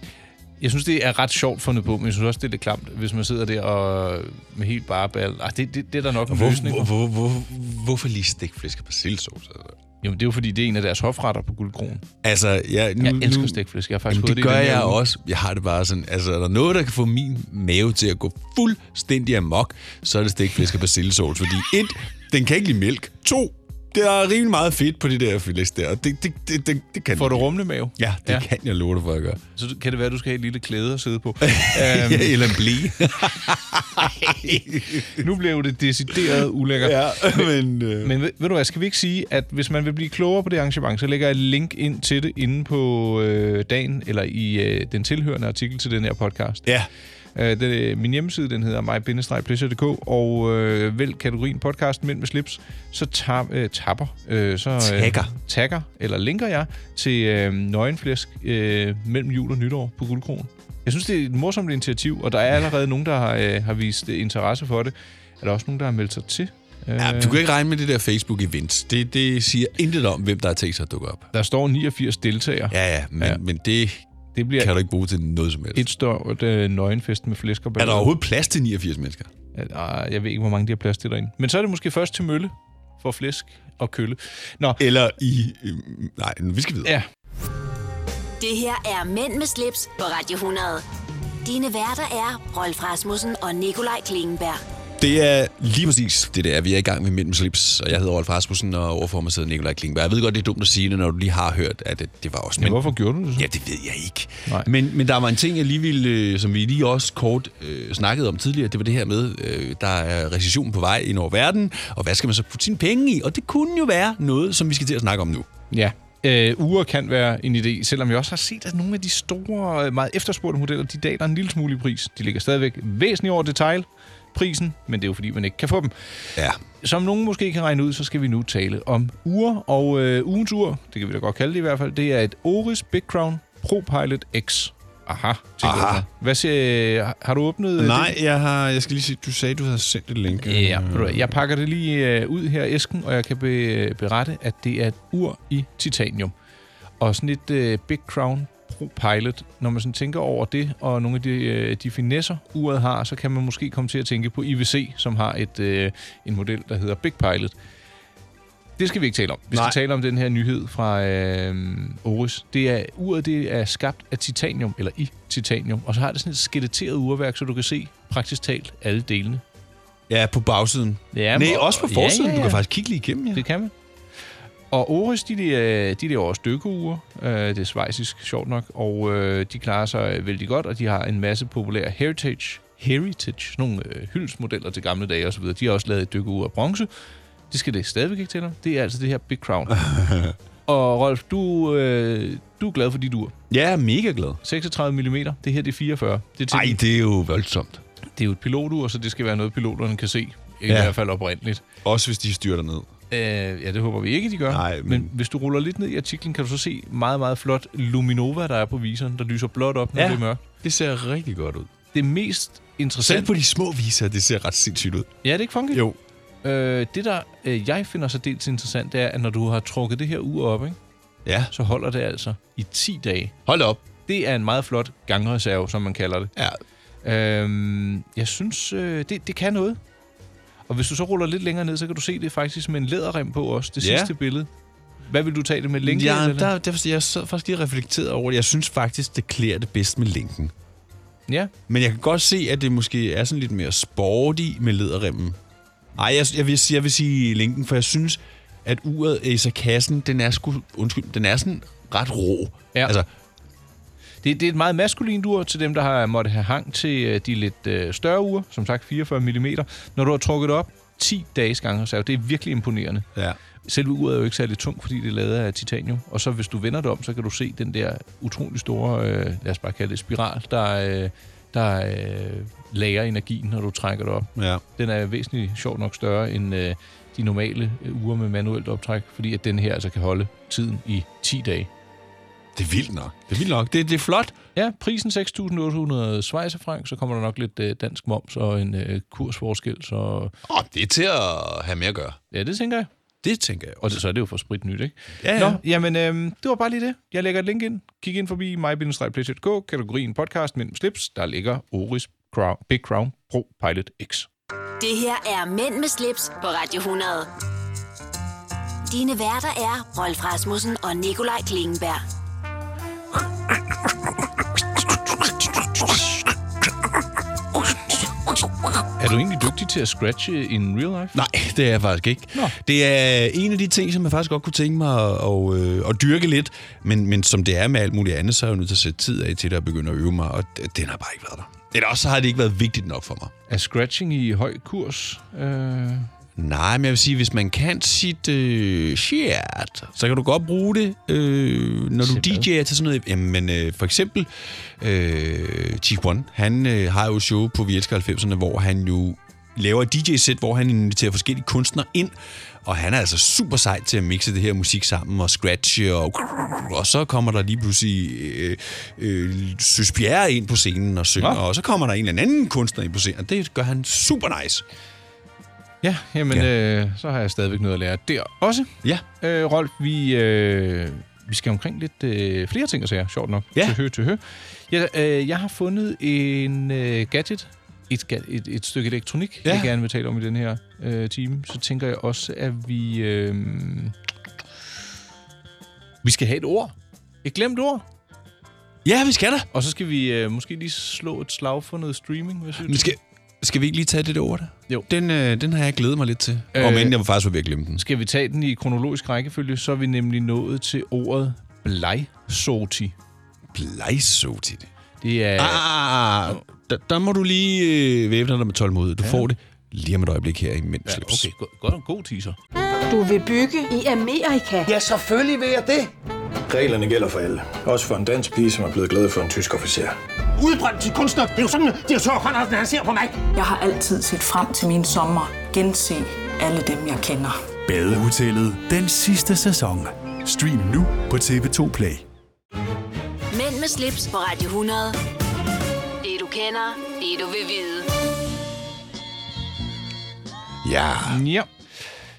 Speaker 3: jeg synes, det er ret sjovt fundet på, men jeg synes også, det er lidt klamt, hvis man sidder der og med helt bare bal. Ah, det, det, det er der nok en
Speaker 2: Hvor, hvor,
Speaker 3: løsning.
Speaker 2: hvor, hvor, hvorfor lige stikflæsk og persillesovs? Altså?
Speaker 3: Jamen, det er jo fordi, det er en af deres hofretter på guldkronen.
Speaker 2: altså, ja, nu,
Speaker 3: Jeg elsker
Speaker 2: nu,
Speaker 3: stikflæsk. Jeg har faktisk
Speaker 2: Jamen,
Speaker 3: fået
Speaker 2: det
Speaker 3: det i
Speaker 2: gør
Speaker 3: den her
Speaker 2: jeg
Speaker 3: uge.
Speaker 2: også. Jeg har det bare sådan, altså er der noget, der kan få min mave til at gå fuldstændig amok, så er det stikflæsk og persillesauce. Fordi et, den kan ikke lide mælk. To, der er rimelig meget fedt på det der filet der. og Det, det, det, det, det kan
Speaker 3: Får du
Speaker 2: jeg.
Speaker 3: rumlemave?
Speaker 2: Ja, det ja. kan jeg love dig for at gøre.
Speaker 3: Så kan det være, at du skal have et lille klæde at sidde
Speaker 2: *laughs*
Speaker 3: på. Øhm.
Speaker 2: Um. Eller en
Speaker 3: *laughs*
Speaker 2: blæ.
Speaker 3: nu blev det decideret ulækkert.
Speaker 2: ja, *laughs* men... Øh.
Speaker 3: Mm. Men ved, ved du hvad, skal vi ikke sige, at hvis man vil blive klogere på det arrangement, så lægger jeg et link ind til det inde på øh, dagen, eller i øh, den tilhørende artikel til den her podcast.
Speaker 2: Ja,
Speaker 3: Øh, det, min hjemmeside, den hedder mig og øh, vælg kategorien podcast Mænd med slips, så tab, øh, tapper, øh, så, øh,
Speaker 2: Tagger.
Speaker 3: tagger, eller linker jeg til øh, nøgenflæsk øh, mellem jul og nytår på Guldkronen. Jeg synes, det er et morsomt initiativ, og der er allerede nogen, der har, øh, har vist øh, interesse for det. Er der også nogen, der har meldt sig til? Øh,
Speaker 2: ja, du kan ikke regne med det der Facebook-event. Det, det siger intet om, hvem der har tænkt sig at dukke op.
Speaker 3: Der står 89 deltagere.
Speaker 2: Ja, ja, men,
Speaker 3: Ja.
Speaker 2: ja. men det
Speaker 3: Det bliver
Speaker 2: kan du ikke bruge til noget som helst.
Speaker 3: et stort øh, nøgenfest med flæsk og
Speaker 2: Er der
Speaker 3: baller.
Speaker 2: overhovedet plads til 89 mennesker?
Speaker 3: Ah, Jeg ved ikke, hvor mange de har plads til derinde. Men så er det måske først til mølle for flæsk og kølle. Nå,
Speaker 2: Eller i... Øh, nej, vi skal videre.
Speaker 3: ja.
Speaker 1: Det her er Mænd med slips på Radio 100. Dine værter er Rolf Rasmussen og Nikolaj Klingenberg.
Speaker 2: Det er lige præcis det, der. Vi er i gang med Mænd med slips, og jeg hedder Rolf Rasmussen, og overfor mig sidder Nikolaj Klingberg. Jeg ved godt, det er dumt at sige det, når du lige har hørt, at det, det var også
Speaker 3: Men
Speaker 2: mænd.
Speaker 3: hvorfor gjorde du det så?
Speaker 2: Ja, det ved jeg ikke.
Speaker 3: Nej.
Speaker 2: Men, men der var en ting, jeg lige ville, øh, som vi lige også kort øh, snakkede om tidligere. Det var det her med, øh, der er recession på vej ind over verden, og hvad skal man så putte sine penge i? Og det kunne jo være noget, som vi skal til at snakke om nu.
Speaker 3: Ja. Øh, uger kan være en idé, selvom jeg også har set, at nogle af de store, øh, meget efterspurgte modeller, de daler en lille smule i pris. De ligger stadigvæk væsentligt over detailprisen, men det er jo fordi, man ikke kan få dem.
Speaker 2: Ja.
Speaker 3: Som nogen måske kan regne ud, så skal vi nu tale om uger, og øh, ugens ur, det kan vi da godt kalde det i hvert fald, det er et Oris Big Crown Pro Pilot X. Aha, tænker
Speaker 2: Aha.
Speaker 3: jeg. Hvad siger, har du åbnet øh, det?
Speaker 2: jeg, har, jeg skal lige sige, du sagde, du havde sendt et link.
Speaker 3: Ja, ved du hvad, jeg pakker det lige øh, ud her i æsken, og jeg kan be, berette, at det er et ur i titanium. Og sådan et øh, Big Crown Pro Pilot, når man sådan tænker over det, og nogle af de, øh, de finesser, uret har, så kan man måske komme til at tænke på IWC, som har et øh, en model, der hedder Big Pilot. Det skal vi ikke tale om. Vi skal
Speaker 2: Nej.
Speaker 3: tale om den her nyhed fra øh, Oris. Det er, uret det er skabt af titanium, eller i titanium, og så har det sådan et skeletteret urværk, så du kan se praktisk talt alle delene.
Speaker 2: Ja, på bagsiden. Nej,
Speaker 3: Ja, men-
Speaker 2: også på
Speaker 3: ja,
Speaker 2: forsiden.
Speaker 3: ja, ja.
Speaker 2: Du kan faktisk kigge lige igennem, ja.
Speaker 3: Det kan man. Og Oris, de, øh, de, de laver også dykkeure. Øh, Det er svejsisk, sjovt nok. Og øh, de klarer sig vældig godt, og de har en masse populære heritage, heritage sådan nogle øh, hyldsmodeller til gamle dage osv. De har også lavet et dykkeure af bronze. Det skal det stadigvæk ikke til dem. Det er altså det her Big
Speaker 2: *laughs*
Speaker 3: Crown. og Rolf, du, øh, du er glad for dit ur.
Speaker 2: Jeg er mega glad.
Speaker 3: 36 mm, det her det er 44. Det er, til,
Speaker 2: Nej, det er jo voldsomt.
Speaker 3: det er jo et pilotur, så det skal være noget, piloterne kan se. I
Speaker 2: Ja.
Speaker 3: hvert fald oprindeligt.
Speaker 2: Også hvis de styrter ned.
Speaker 3: Øh, ja, det håber vi ikke, de gør.
Speaker 2: Nej,
Speaker 3: men...
Speaker 2: men-
Speaker 3: men hvis du ruller lidt ned i artiklen, kan du så se meget, meget flot Luminova, der er på viseren, der lyser blåt op, når ja.
Speaker 2: Ja.
Speaker 3: det er mørkt.
Speaker 2: Det ser rigtig godt ud.
Speaker 3: Det mest interessante...
Speaker 2: Selv på de små viser, det ser ret sindssygt ud.
Speaker 3: Ja, det er ikke funky.
Speaker 2: Jo.
Speaker 3: Øh, det, der øh, jeg finder så dels interessant, det er, at når du har trukket det her ur op, ikke,
Speaker 2: Ja.
Speaker 3: så holder det altså i 10 dage.
Speaker 2: Hold op.
Speaker 3: Det er en meget flot gangreserve, som man kalder det.
Speaker 2: Ja.
Speaker 3: Øhm, jeg synes, øh, det, det kan noget. Og hvis du så ruller lidt længere ned, så kan du se det er faktisk med en læderrem på også. Det
Speaker 2: Ja.
Speaker 3: sidste billede. Hvad vil du tage det med? Linke?
Speaker 2: ja,
Speaker 3: eller?
Speaker 2: der, der, jeg sad faktisk lige reflekteret over det. Jeg synes faktisk, det klæder det bedst med linken.
Speaker 3: ja.
Speaker 2: Men jeg kan godt se, at det måske er sådan lidt mere sporty med læderremmen. Ej, jeg, jeg, vil, sige- jeg vil sige linken, for jeg synes, at uret Asa Kassen, den er, sku, undskyld, den er sådan ret rå.
Speaker 3: Ja.
Speaker 2: Altså,
Speaker 3: Det, det er et meget maskulint ur til dem, der har måtte have hang til øh, de lidt øh, større ure. Som sagt 44 mm. Når du har trukket det op 10 dages gangreserve, det er virkelig imponerende.
Speaker 2: ja.
Speaker 3: Selve uret er jo ikke særlig tungt, fordi det er lavet af titanium. Og så hvis du vender det om, så kan du se den der utrolig store, øh, lad os bare kalde det spiral, der, øh, der øh, lager energien, når du trækker det op.
Speaker 2: ja.
Speaker 3: Den er væsentligt sjovt nok større end øh, de normale øh, ure med manuelt optræk, fordi at den her altså kan holde tiden i 10 dage.
Speaker 2: Det er vildt nok. Det er vildt nok. Det, det er flot.
Speaker 3: Ja, prisen 6.800 svejsefrank, så kommer der nok lidt øh, dansk moms og en øh, kursforskel, så
Speaker 2: Åh, det er til at have med at gøre.
Speaker 3: ja, det tænker jeg.
Speaker 2: Det tænker jeg
Speaker 3: Og
Speaker 2: også.
Speaker 3: det, så er det jo for sprit nyt, ikke?
Speaker 2: Ja,
Speaker 3: Nå, jamen, øh, det var bare lige det. Jeg lægger et link ind. Kig ind forbi mig-play.dk, kategorien podcast mellem slips. Der ligger Oris Crown, Big Crown Pro Pilot X.
Speaker 1: Det her er Mænd med slips på Radio 100. Dine værter er Rolf Rasmussen og Nikolaj Klingenberg.
Speaker 3: Er du egentlig dygtig til at scratche in real life?
Speaker 2: Nej, *laughs* det er jeg faktisk ikke.
Speaker 3: Nå.
Speaker 2: Det er en af de ting, som jeg faktisk godt kunne tænke mig at, og, øh, at dyrke lidt, men, men som det er med alt muligt andet, så er jeg jo nødt til at sætte tid af til det og begynde at øve mig, og d- den har bare ikke været der. Eller også så har det ikke været vigtigt nok for mig.
Speaker 3: Er scratching i høj kurs? Øh,
Speaker 2: Nej, men jeg vil sige, hvis man kan sit øh, shit, så kan du godt bruge det, øh, når du
Speaker 3: Til hvad?
Speaker 2: DJ'er til sådan noget. Jamen, øh, for eksempel øh, Chief One, han øh, har jo et show på Vi Elsker 90'erne, hvor han jo laver et DJ-sæt, hvor han inviterer forskellige kunstnere ind, og han er altså super sej til at mixe det her musik sammen og scratche, og, *laughs* og så kommer der lige pludselig øh, øh, Søs Bjerre ind på scenen og synger,
Speaker 3: Nå.
Speaker 2: og så kommer der en eller anden kunstner ind på scenen, og det gør han super nice.
Speaker 3: ja, jamen, ja. Øh, så har jeg stadigvæk noget at lære der også.
Speaker 2: Ja.
Speaker 3: Øh, Rolf, vi, øh, vi skal omkring lidt øh, flere ting og sager, sjovt nok.
Speaker 2: Ja.
Speaker 3: Tøhø, tøhø. Jeg, øh, jeg har fundet en øh, gadget, et, ga- et, et stykke elektronik, ja.
Speaker 2: Ja.
Speaker 3: jeg gerne vil tale om i den her øh, time. Så tænker jeg også, at vi... Øh, vi skal have et ord. Et glemt ord.
Speaker 2: Ja, vi skal da.
Speaker 3: Og så skal vi øh, måske lige slå et slag for noget streaming, hvis
Speaker 2: Men skal, skal vi ikke lige tage det der over der?
Speaker 3: Jo.
Speaker 2: Den, øh, den har jeg glædet mig lidt til.
Speaker 3: Øh,
Speaker 2: Øh, Om end jeg var faktisk var ved at glemme den.
Speaker 3: Skal vi tage den i kronologisk rækkefølge, så er vi nemlig nået til ordet blegsoti.
Speaker 2: Blegsotigt.
Speaker 3: Det er...
Speaker 2: Ah, ah, ah, der, der må du lige øh, væbne dig med tålmodighed. Du ja. får det lige om et øjeblik her i Mænd
Speaker 3: Ja,
Speaker 2: Slips.
Speaker 3: okay, go- godt god teaser.
Speaker 4: Du vil bygge i Amerika.
Speaker 7: Ja, selvfølgelig vil jeg det.
Speaker 6: Reglerne gælder for alle. Også for en dansk pige, som er blevet glad for en tysk officer.
Speaker 7: Udbrændt til kunstner. Det er jo sådan, direktør Conradsen, han ser på mig.
Speaker 8: Jeg har altid set frem til min sommer, gense alle dem, jeg kender.
Speaker 11: Badehotellet den sidste sæson. Stream nu på TV2 Play.
Speaker 1: Mænd med slips på Radio 100. Det du kender, det du vil vide.
Speaker 2: Ja.
Speaker 3: Ja.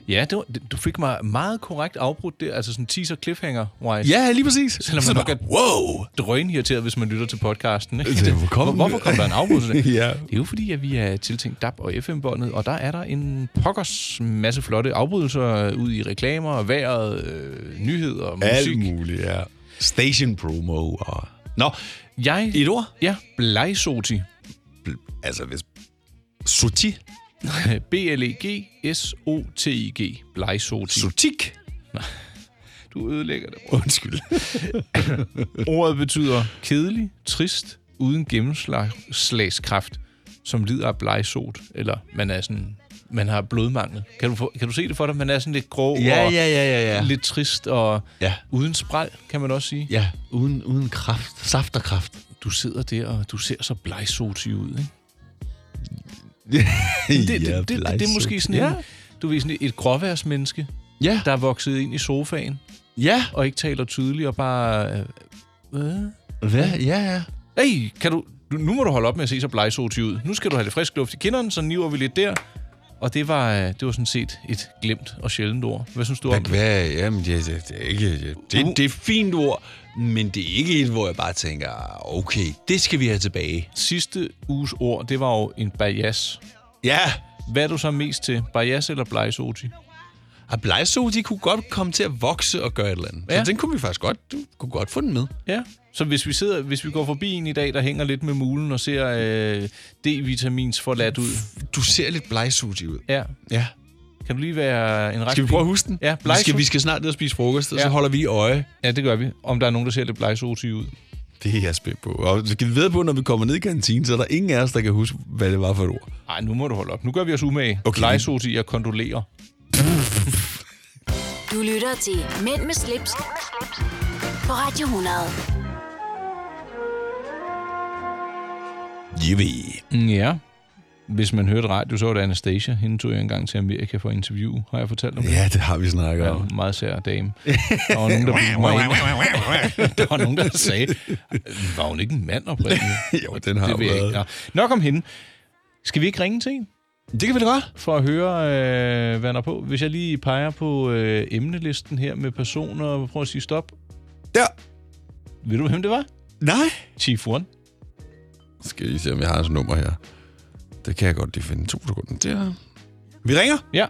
Speaker 3: Ja, det var, det- du fik mig meget korrekt afbrudt der, altså sådan teaser cliffhanger wise.
Speaker 2: ja, lige præcis.
Speaker 3: Selvom
Speaker 2: Så
Speaker 3: man nok
Speaker 2: bare,
Speaker 3: er
Speaker 2: Wow!
Speaker 3: drøn irriteret, hvis man lytter til podcasten. Ikke? Altså,
Speaker 2: Det var
Speaker 3: Hvor,
Speaker 2: kommet.
Speaker 3: hvorfor kom der en afbrydelse?
Speaker 2: *laughs* Ja.
Speaker 3: Det er jo fordi, at vi er tiltænkt DAB og FM-båndet, og der er der en pokkers masse flotte afbrydelser ud i reklamer, vejret, øh, nyheder, musik.
Speaker 2: Alt muligt, ja. Station promo og... Nå,
Speaker 3: Jeg,
Speaker 2: et ord.
Speaker 3: ja, *laughs* blegsoti.
Speaker 2: Altså, hvis... Soti.
Speaker 3: E B-L-E-G-S-O-T-I-G. Blegsoti.
Speaker 2: Sotik.
Speaker 3: Du ødelægger det.
Speaker 2: Undskyld.
Speaker 3: Ordet betyder kedelig, trist, uden gennemslagskraft, som lider af blegsot, eller man er sådan man har blodmangel. Kan du, få, kan du se det for dig? Man er sådan lidt grå
Speaker 2: ja,
Speaker 3: og
Speaker 2: ja, ja, ja, ja.
Speaker 3: lidt trist og
Speaker 2: Ja.
Speaker 3: uden spræl, kan man også sige.
Speaker 2: Ja, uden, uden kraft. Saft og *laughs* kraft.
Speaker 3: Du sidder der, og du ser så blegsoti ud, ikke?
Speaker 2: det,
Speaker 3: Det, det, det, det, det er måske sådan en, du ved, sådan et gråværsmenneske,
Speaker 2: Ja,
Speaker 3: der er vokset ind i sofaen
Speaker 2: ja,
Speaker 3: og ikke taler tydeligt og bare... øh, Hvad?
Speaker 2: ja, ja, ja.
Speaker 3: Hey, kan du, du, nu må du holde op med at se så blegsoti ud. Nu skal du have lidt frisk luft i kinderne, så niver vi lidt der. Og det var, øh, det var sådan set et glemt og sjældent ord. Hvad synes du om
Speaker 2: Hvad,
Speaker 3: det?
Speaker 2: hvad, jamen, det, det, det, er ikke, det, det, det er et fint ord, men det er ikke et, hvor jeg bare tænker, okay, det skal vi have tilbage.
Speaker 3: Sidste uges ord, det var jo en bias.
Speaker 2: Ja,
Speaker 3: Hvad er du så mest til? Bias eller blegsoti?
Speaker 2: Og Blegso, de kunne godt komme til at vokse og gøre et eller andet. Ja.
Speaker 3: Ja.
Speaker 2: Så den kunne vi faktisk godt, du kunne godt få den med.
Speaker 3: Ja, så hvis vi, sidder, hvis vi går forbi en i dag, der hænger lidt med mulen og ser øh, D-vitamins forladt ud.
Speaker 2: Du ser lidt blegsutig ud.
Speaker 3: Ja.
Speaker 2: Ja.
Speaker 3: Kan du lige være en ret
Speaker 2: Skal vi
Speaker 3: fin-
Speaker 2: prøve at huske den?
Speaker 3: Ja,
Speaker 2: vi skal,
Speaker 3: blegsuge.
Speaker 2: vi skal snart ned og spise frokost, og ja. så
Speaker 3: Ja.
Speaker 2: holder vi øje.
Speaker 3: Ja, det gør vi. Om der er nogen, der ser lidt blegsotige ud.
Speaker 2: Det er jeg spændt på. Og vi skal vide på, når vi kommer ned i kantinen, så er der ingen af os, der kan huske, hvad det var for et ord.
Speaker 3: Nej, nu må du holde op. Nu gør vi os umage. Okay. Blegsotige og kondolerer.
Speaker 1: Du lytter til Mænd med slips, Mænd med slips. på Radio 100.
Speaker 2: Jippie.
Speaker 3: Mm, Ja. Hvis man hørte radio, så var det Anastasia. Hende tog jeg engang til Amerika for interview, har jeg fortalt om det.
Speaker 2: Ja, det har vi snakket om.
Speaker 3: Ja, meget sær dame. Der var *laughs* nogen, der bildte mig ind. *laughs* Der var nogen, der sagde, var hun ikke en mand oprindeligt? *laughs*
Speaker 2: jo, den har
Speaker 3: det vil jeg
Speaker 2: været.
Speaker 3: ikke. Nå. Nok om hende. Skal vi ikke ringe til en?
Speaker 2: *laughs* Det kan vi da godt.
Speaker 3: For at høre, øh, hvad der er på. Hvis jeg lige peger på øh, emnelisten her med personer, og prøver at sige stop.
Speaker 2: Der.
Speaker 3: Ved du, hvem det var?
Speaker 2: Nej.
Speaker 3: Chief One.
Speaker 2: Skal jeg lige se, om jeg har hans nummer her. Det kan jeg godt lige finde. To sekunder til her. Vi ringer.
Speaker 3: Ja.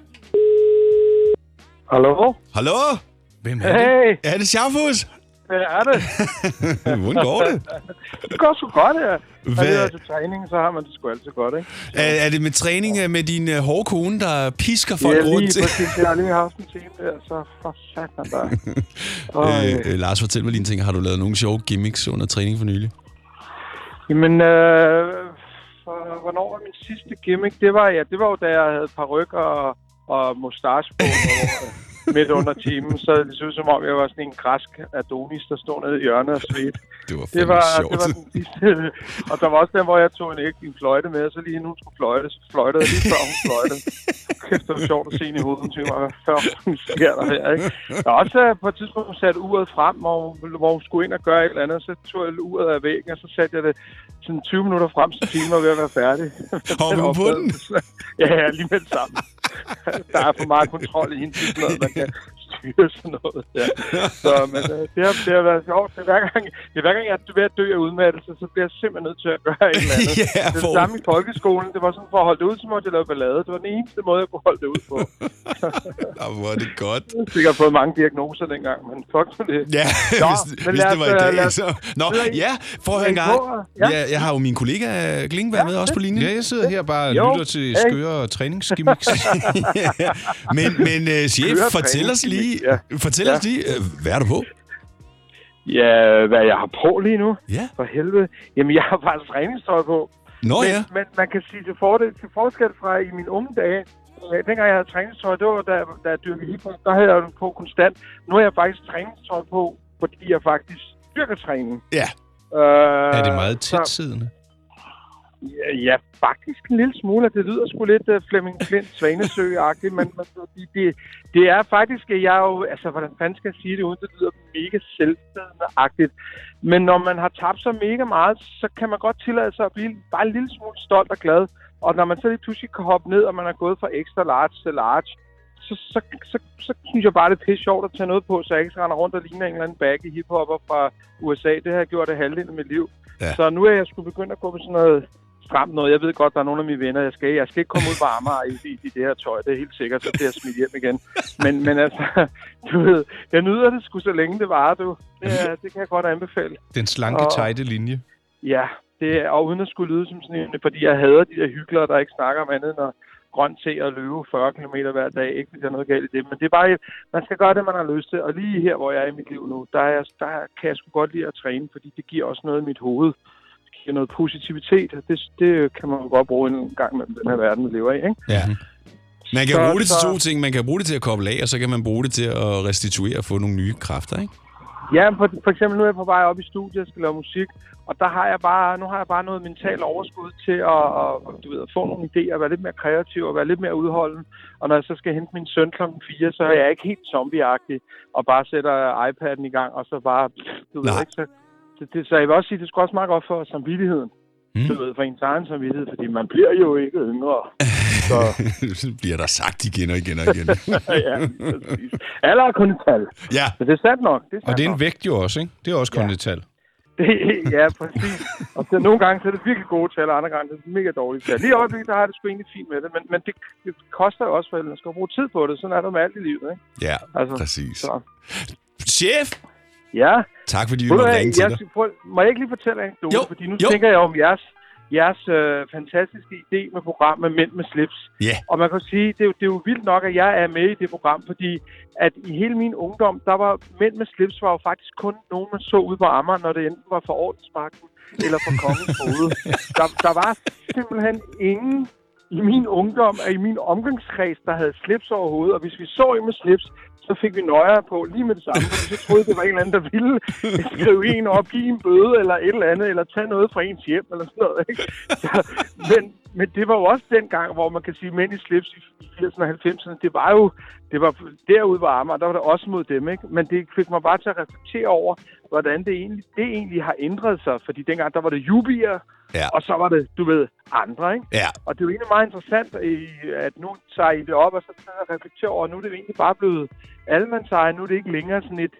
Speaker 12: Hallo?
Speaker 2: Hallo?
Speaker 3: Hvem
Speaker 12: er det? Hey.
Speaker 2: Er det Sjafus? *laughs*
Speaker 12: Hvad er det?
Speaker 2: Hvordan går det?
Speaker 12: Det går sgu godt, *laughs* ja. Når
Speaker 2: Hvad-
Speaker 12: det er til træning, så har man det sgu altid godt, ikke?
Speaker 2: Er, er det med træning øh, med din øh, hårde kone, der pisker folk
Speaker 12: ja, lige
Speaker 2: rundt?
Speaker 12: præcis. Jeg har lige haft en time der, så for satan der.
Speaker 2: *laughs* øh, øh, Lars, fortæl mig lige en ting. Har du lavet nogle sjove gimmicks under træning for nylig?
Speaker 12: Jamen, øh, for, hvornår var min sidste gimmick? Det var, ja, det var jo, da jeg havde paryk og, og mustache på og, øh, midt under timen, så det så ud som om, jeg var sådan en græsk Adonis, der stod nede i hjørnet og svedte.
Speaker 2: Det var
Speaker 12: det
Speaker 2: fandme
Speaker 12: var,
Speaker 2: sjovt.
Speaker 12: Det var den
Speaker 2: *laughs*
Speaker 12: sidste. Og der var også den, hvor jeg tog en æg en fløjte med, og så lige nu skulle fløjte, så fløjtede jeg lige før hun fløjtede. Kæft, det var sjovt at se hende i hovedet, hun tænkte mig, hvad fanden sker der her, ikke? Jeg har også øh, på et tidspunkt sat uret frem, hvor, hun- hvor hun skulle ind og gøre et eller andet, så tog jeg uret af væggen, og så satte jeg det sådan 20 minutter frem, så timen var ved at være færdig. *laughs*
Speaker 2: Hoppede hun på den?
Speaker 12: Ja, ja, lige med det samme. *laughs* Der er for meget kontrol i hende, det er sådan noget, man kan styre sådan noget. Ja. Så, men øh, det, har, det har været sjovt. Det er hver gang, det er hver gang jeg er ved at dø af udmattelse, så bliver jeg simpelthen nødt til at gøre et eller andet.
Speaker 2: Ja,
Speaker 12: det er
Speaker 2: for-
Speaker 12: det samme i folkeskolen. Det var sådan for at holde det ud, så måtte jeg lave ballade. Det var den eneste måde, jeg kunne holde det ud på.
Speaker 2: Nå, hvor er det
Speaker 12: *laughs*
Speaker 2: godt.
Speaker 12: Jeg har sikkert fået mange diagnoser dengang, men fuck for det.
Speaker 2: Ja,
Speaker 12: Nå,
Speaker 2: hvis,
Speaker 12: men
Speaker 2: hvis
Speaker 12: lad
Speaker 2: det var
Speaker 12: os, øh,
Speaker 2: i
Speaker 12: lad
Speaker 2: dag,
Speaker 12: os-
Speaker 2: så... Nå,
Speaker 12: lad os-
Speaker 2: ja, prøv at høre en
Speaker 12: længe
Speaker 2: gang.
Speaker 12: på, ja.
Speaker 2: Jeg, jeg har jo min kollega Klingberg med også på linjen.
Speaker 3: Ja, jeg sidder her bare og
Speaker 2: Jo,
Speaker 3: lytter til
Speaker 2: hey.
Speaker 3: skøre
Speaker 2: *laughs*
Speaker 3: træningsgimmicks.
Speaker 2: Ja. *laughs* men men uh, chef,
Speaker 12: Kører
Speaker 2: fortæl os
Speaker 12: træningsgimmick,
Speaker 2: lige,
Speaker 12: ja.
Speaker 2: fortæl
Speaker 12: Ja.
Speaker 2: os lige øh, hvad er du på?
Speaker 12: Ja, hvad jeg har på lige nu?
Speaker 2: Ja.
Speaker 12: For helvede. Jamen, jeg har faktisk træningstøj på.
Speaker 2: Nå
Speaker 12: men,
Speaker 2: ja.
Speaker 12: Men man kan sige til, fordel, til forskel fra i mine unge dage, øh, dengang jeg havde træningstøj, det var da, jeg- da jeg dyrkede hiphop, der havde jeg den på konstant. Nu har jeg faktisk træningstøj på, fordi jeg faktisk dyrker træning.
Speaker 2: Ja.
Speaker 12: Øh,
Speaker 3: er det meget
Speaker 12: så-
Speaker 3: tætsiddende?
Speaker 12: Ja, ja, faktisk en lille smule. Det lyder sgu lidt uh, Flemming Klint Svanesø-agtigt, men men det, det, det er faktisk, at jeg jo... Altså, hvordan fanden skal jeg sige det uden? Det lyder mega selvstædende-agtigt. Men når man har tabt sig mega meget, så kan man godt tillade sig at blive bare en lille smule stolt og glad. Og når man så lige pludselig kan hoppe ned, og man er gået fra extra large til large, så, så, så, så synes jeg bare, det er pisse sjovt at tage noget på, så jeg ikke render rundt og ligner en eller anden bagge hiphopper fra USA. Det har jeg gjort af halvdelen af mit liv.
Speaker 2: Ja.
Speaker 12: Ja. Så nu er jeg skulle begynde at gå på sådan noget stramt noget. Jeg ved godt, der er nogle af mine venner, jeg skal, jeg skal ikke komme ud på Amager i, i, i det her tøj. Det er helt sikkert, så bliver jeg smidt hjem igen. Men, men altså, *laughs* du ved, jeg nyder det sgu så længe det varer, du. Det, er- det kan jeg godt anbefale.
Speaker 3: Den slanke,
Speaker 12: Og-
Speaker 3: tejte linje.
Speaker 12: Ja, det er, og uden at skulle lyde som sådan en, fordi jeg hader de der hyggelere, der ikke snakker om andet end at grøn te og løbe 40 km hver dag. Ikke, fordi der er noget galt i det, men det er bare, man skal gøre det, man har lyst til. Og lige her, hvor jeg er i mit liv nu, der, er, jeg- der kan jeg sgu godt lide at træne, fordi det giver også noget i mit hoved. Det giver noget positivitet, og det, det kan man jo godt bruge en gang med den her verden, vi lever i. Ikke?
Speaker 2: Ja. Man kan
Speaker 12: Så-
Speaker 2: bruge det til
Speaker 12: så-
Speaker 2: to ting. Man kan bruge det til at koble af, og så kan man bruge det til at restituere og få nogle nye kræfter, ikke? *laughs*
Speaker 12: Ja, for, for eksempel nu er jeg på vej op i studiet og skal lave musik, og der har jeg bare, nu har jeg bare noget mentalt overskud til at, at, du ved, at få nogle idéer, være lidt mere kreativ og være lidt mere udholden. Og når jeg så skal hente min søn kl. 4, så er jeg ikke helt zombieagtig og bare sætter iPad'en i gang, og så bare, du ved
Speaker 2: Nej.
Speaker 12: ikke, så, det, det, så jeg vil også sige, det skal også meget godt for samvittigheden. Mm. Du ved, for ens egen samvittighed, fordi man bliver jo ikke yngre. Så, *laughs*
Speaker 2: Så bliver der sagt igen og igen og igen.
Speaker 12: ja, præcis. Alder er kun et tal.
Speaker 2: Ja.
Speaker 12: Så det er sandt nok. Det er sandt
Speaker 3: Og det er
Speaker 12: nok.
Speaker 3: en vægt jo også, ikke? Det er også kun et tal.
Speaker 12: Det, *laughs* ja, præcis. Og så nogle gange så er det virkelig gode tal, og andre gange så er det mega dårlige tal. Lige i øjeblikket, der har jeg det sgu egentlig fint med det, men, men det, det koster jo også, for man skal jo bruge tid på det. Sådan er det jo med alt i livet, ikke?
Speaker 2: Ja, altså, præcis. Så. Chef!
Speaker 12: Ja.
Speaker 2: Tak fordi vi
Speaker 12: Ved du
Speaker 2: måtte
Speaker 12: hvad,
Speaker 2: ringe til
Speaker 12: jeg
Speaker 2: dig.
Speaker 12: skal prøve- Må jeg ikke lige fortælle en anekdote?
Speaker 2: Jo,
Speaker 12: Fordi nu
Speaker 2: jo.
Speaker 12: tænker jeg om jeres, jeres øh, fantastiske idé med program med mænd med slips.
Speaker 2: Ja.
Speaker 12: Og man kan jo sige, det er jo, det er jo vildt nok, at jeg er med i det program, fordi at i hele min ungdom, der var mænd med slips var jo faktisk kun nogen, man så ude på Amager, når det enten var for ordensmagten eller for kongens hoved. Der, der var simpelthen ingen i min ungdom og i min omgangskreds, der havde slips overhovedet. Og hvis vi så en med slips, så fik vi nøjere på lige med det samme. Fordi så troede det var en eller anden, der ville skrive en op, give en bøde eller et eller andet, eller tage noget fra ens hjem eller sådan noget. Ikke? Så, men, men det var jo også dengang, hvor man kan sige, mænd i slips i 80'erne og 90'erne, det var jo det var derude var Amager, der var det også mod dem, ikke? Men det fik mig bare til at reflektere over, hvordan det egentlig, det egentlig har ændret sig. Fordi dengang, der var det jubier,
Speaker 2: ja.
Speaker 12: og så var det, du ved, andre, ikke?
Speaker 2: Ja.
Speaker 12: Og det er jo egentlig meget interessant, i- at nu tager I det op, og så tager jeg reflektere over, at nu er det jo egentlig bare blevet allemandseje, nu er det ikke længere sådan et...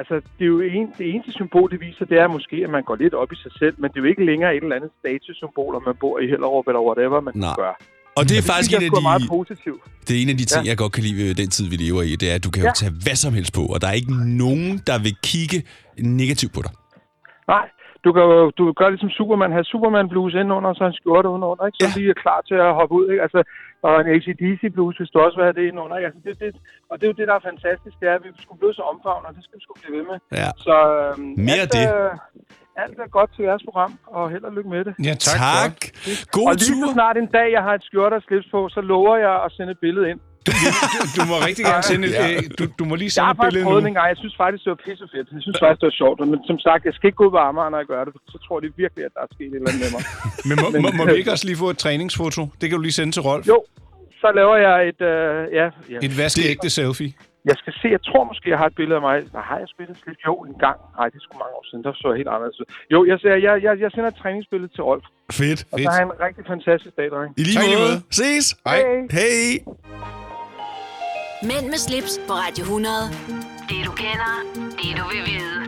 Speaker 12: Altså, det er jo en, det eneste symbol, det viser, det er måske, at man går lidt op i sig selv, men det er jo ikke længere et eller andet statussymbol, om man bor i Hellerup eller whatever, man
Speaker 2: Nej.
Speaker 12: kan gøre.
Speaker 2: Og det er faktisk en
Speaker 12: synes jeg
Speaker 2: af
Speaker 12: sgu er meget
Speaker 2: de,
Speaker 12: positivt.
Speaker 2: det er en af de ting,
Speaker 12: Ja.
Speaker 2: ja. jeg godt kan lide ved den tid, vi lever i. Det er, at du kan jo
Speaker 12: Ja.
Speaker 2: tage hvad som helst på, og der er ikke nogen, der vil kigge negativt på dig.
Speaker 12: Nej, du kan jo du kan gøre ligesom Superman, have Superman blues indenunder, og så en skjorte udenunder, ikke? Så ja. lige er klar til at hoppe ud, ikke? Altså, og en ACDC blues, hvis du også vil have det indenunder, ikke? Altså, det, det, og det er jo det, der er fantastisk, det er, at vi skulle blive så omfavnet, og det skal vi sgu blive ved med.
Speaker 2: Ja.
Speaker 12: Så øhm,
Speaker 2: Mere
Speaker 12: alt,
Speaker 2: af det.
Speaker 12: Øh, alt er godt til jeres program, og held og lykke med det.
Speaker 3: Ja, tak.
Speaker 2: Tak. God
Speaker 12: og lige så snart en dag, jeg har et skjorte og slips på, så lover jeg at sende et billede ind.
Speaker 3: Du må rigtig gerne sende et...
Speaker 12: Ja.
Speaker 3: øh, Du, du må lige
Speaker 12: Jeg
Speaker 3: sende
Speaker 12: har
Speaker 3: et
Speaker 12: faktisk
Speaker 3: billede
Speaker 12: prøvet det
Speaker 3: nu.
Speaker 12: en gang. Jeg synes faktisk, det var pissefedt. Jeg synes faktisk, det var sjovt. Men som sagt, jeg skal ikke gå ud på Amager, når jeg gør det. Så tror de virkelig, at der er sket et eller andet med mig.
Speaker 3: Men må, må, må vi ikke også lige få et træningsfoto? Det kan du lige sende til Rolf.
Speaker 12: Jo, så laver jeg et... Øh, ja, ja.
Speaker 3: Et vaskeægte selfie.
Speaker 12: Jeg skal se, jeg tror måske, jeg har et billede af mig. Nej, har jeg spillet lidt? Jo, en gang. Nej, det er sgu mange år siden. Der så jeg helt anderledes ud. Jo, jeg, siger, jeg, jeg, jeg sender et træningsbillede til Rolf.
Speaker 2: Fedt.
Speaker 12: Og så
Speaker 3: Fedt.
Speaker 12: har han en rigtig fantastisk dag, dreng.
Speaker 2: I lige
Speaker 3: Tak, i lige
Speaker 2: måde.
Speaker 3: måde.
Speaker 2: Ses.
Speaker 3: Hej.
Speaker 2: Hej.
Speaker 1: Mænd med slips på Radio 100. Det du kender, det du vil vide.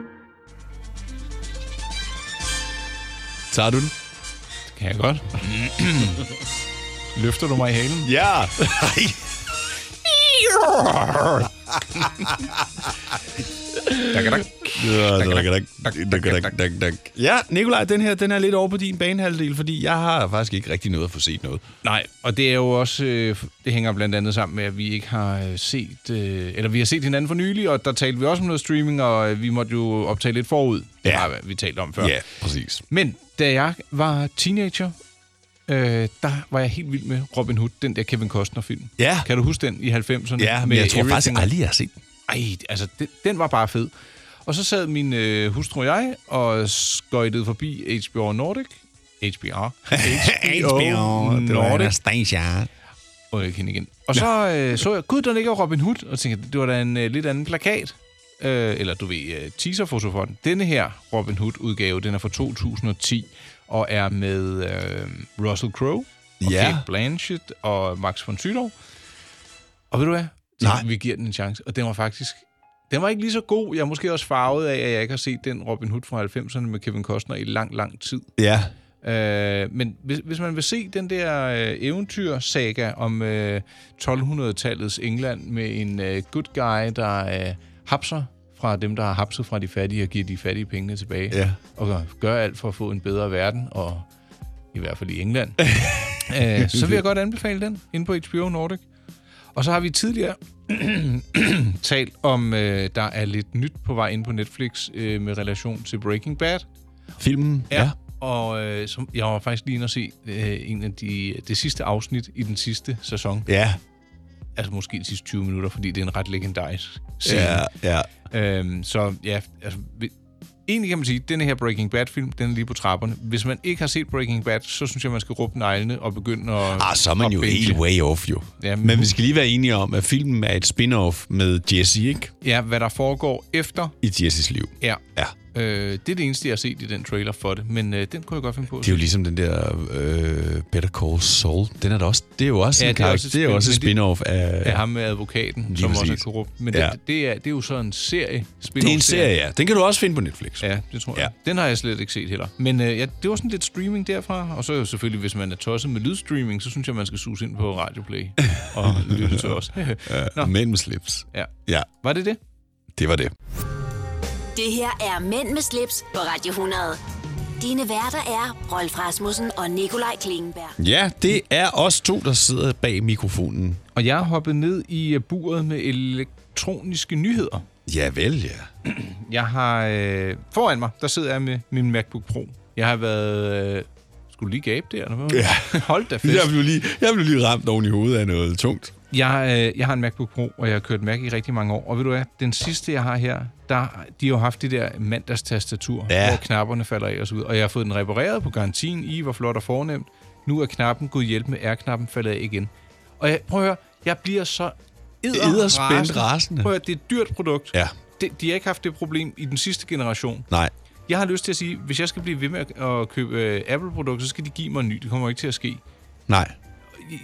Speaker 2: Tager du den?
Speaker 3: Det kan jeg godt. Løfter du mig i halen?
Speaker 2: *laughs* Ja. Ja, Nikolaj, den her den er lidt over på din banehalvdel, fordi jeg har faktisk ikke rigtig noget at få set noget.
Speaker 3: Nej, og det er jo også øh, det hænger blandt andet sammen med at vi ikke har øh, set øh, eller vi har set hinanden for nylig, og der talte vi også om noget streaming, og øh, vi måtte jo optage lidt forud. Det
Speaker 2: Ja.
Speaker 3: har vi talt om før.
Speaker 2: Ja, præcis.
Speaker 3: Men da jeg var teenager, øh, der var jeg helt vild med Robin Hood, den der Kevin Costner-film.
Speaker 2: Ja.
Speaker 3: Kan du huske den i 90'erne?
Speaker 2: Ja, men jeg tror faktisk
Speaker 3: Everything?
Speaker 2: aldrig, jeg har set den.
Speaker 3: Ej, altså, den, den var bare fed. Og så sad min øh, hustru og jeg og skøjtede forbi HBO Nordic.
Speaker 2: *laughs*
Speaker 3: HBR.
Speaker 2: HBO, det var
Speaker 3: Mm, Nordic.
Speaker 2: Anastasia.
Speaker 3: Og jeg kende igen. Og så øh, så jeg, gud, der ligger Robin Hood, og tænkte, det var da en øh, lidt anden plakat. Øh, eller du ved, øh, teaserfoto for den. Denne her Robin Hood-udgave, den er fra 2010, og er med øh, Russell Crowe, og
Speaker 2: Ja.
Speaker 3: Kate Blanchett, og Max von Sydow. Og ved du hvad?
Speaker 2: Nej.
Speaker 3: Vi giver den en chance. Og den var faktisk... Den var ikke lige så god. Jeg er måske også farvet af, at jeg ikke har set den Robin Hood fra 90'erne med Kevin Costner i lang, lang tid.
Speaker 2: Ja.
Speaker 3: Øh, men hvis, hvis man vil se den der øh, eventyrsaga om øh, 1200-tallets England med en øh, good guy, der øh, hapser fra dem, der har hapset fra de fattige og giver de fattige pengene tilbage,
Speaker 2: Ja.
Speaker 3: og gør- gør alt for at få en bedre verden, og i hvert fald i England, øh, så vil jeg godt anbefale den inde på HBO Nordic. Og så har vi tidligere *clears throat* talt om, øh, der er lidt nyt på vej ind på Netflix øh, med relation til Breaking Bad.
Speaker 2: Filmen, ja.
Speaker 3: Og øh, som, jeg var faktisk lige inde og se øh, en af de, det sidste afsnit i den sidste sæson.
Speaker 2: Ja,
Speaker 3: Altså måske de sidste 20 minutter, fordi det er en ret legendarisk scene.
Speaker 2: ja, ja.
Speaker 3: Øhm, så ja, altså, vi- egentlig kan man sige, at denne her Breaking Bad-film, den er lige på trapperne. Hvis man ikke har set Breaking Bad, så synes jeg, man skal råbe neglene og begynde at...
Speaker 2: Ah, så er man
Speaker 3: at
Speaker 2: jo
Speaker 3: binge.
Speaker 2: helt way off, jo.
Speaker 3: Ja, men-
Speaker 2: men vi skal lige være enige om, at filmen er et spin-off med Jesse, ikke?
Speaker 3: Ja, hvad der foregår efter,
Speaker 2: I Jesses liv.
Speaker 3: ja.
Speaker 2: Ja.
Speaker 3: Øh, det er det eneste, jeg har set i den trailer for det, men øh, den kunne jeg godt finde på. at
Speaker 2: Det er jo
Speaker 3: se.
Speaker 2: ligesom den der øh, Better Call Saul. Den er der også, det er jo også
Speaker 3: Ja,
Speaker 2: en
Speaker 3: det er
Speaker 2: karakter-
Speaker 3: også et
Speaker 2: det er jo også et
Speaker 3: spin, men
Speaker 2: spin-off af...
Speaker 3: af ham med advokaten,
Speaker 2: Lige
Speaker 3: som også er
Speaker 2: præcis.
Speaker 3: korrupt. Men
Speaker 2: Ja.
Speaker 3: ja. det, det, er, det er jo så en serie. spin-off-serie.
Speaker 2: Det er en serie, ja. Den kan du også finde på Netflix.
Speaker 3: Ja, det tror jeg. Den har jeg slet ikke set heller. Men øh, ja, det var sådan lidt streaming derfra. Og så er jo selvfølgelig, hvis man er tosset med lydstreaming, så synes jeg, man skal suge ind på
Speaker 2: *laughs*
Speaker 3: Radioplay og lytte til os. *laughs*
Speaker 2: ja. Mænd med slips.
Speaker 3: Ja.
Speaker 2: ja.
Speaker 3: Var det det?
Speaker 2: Det var det.
Speaker 1: Det her er Mænd med slips på Radio 100. Dine værter er Rolf Rasmussen og Nikolaj Klingenberg.
Speaker 2: Ja, det er os to, der sidder bag mikrofonen.
Speaker 3: Og jeg har hoppet ned i øh, buret med elektroniske nyheder.
Speaker 2: Ja vel, ja.
Speaker 3: Jeg har... Øh, foran mig, der sidder jeg med min MacBook Pro. Jeg har været... Øh, skulle lige gabe der, eller hvad?
Speaker 2: *laughs* Ja.
Speaker 3: Hold da fest.
Speaker 2: Jeg blev, lige, jeg blev lige ramt oven i hovedet af noget tungt.
Speaker 3: Jeg, øh, jeg har en MacBook Pro, og jeg har kørt Mac i rigtig mange år. Og ved du hvad, den sidste, jeg har her, der, de har jo haft det der mandagstastatur,
Speaker 2: Ja.
Speaker 3: hvor knapperne falder af og så ud. Og jeg har fået den repareret på garantien i, hvor flot og fornemt. Nu er knappen, gud hjælp med R-knappen, faldet af igen. Og jeg, prøv at høre, jeg bliver så
Speaker 2: Edderspændt
Speaker 3: edderrasende.
Speaker 2: rasende.
Speaker 3: Prøv at høre, det er et dyrt produkt.
Speaker 2: Ja.
Speaker 3: De, de har ikke haft det problem i den sidste generation.
Speaker 2: Nej.
Speaker 3: Jeg har lyst til at sige, hvis jeg skal blive ved med at- at købe øh, Apple-produkter, så skal de give mig en ny. Det kommer jo ikke til at ske
Speaker 2: Nej.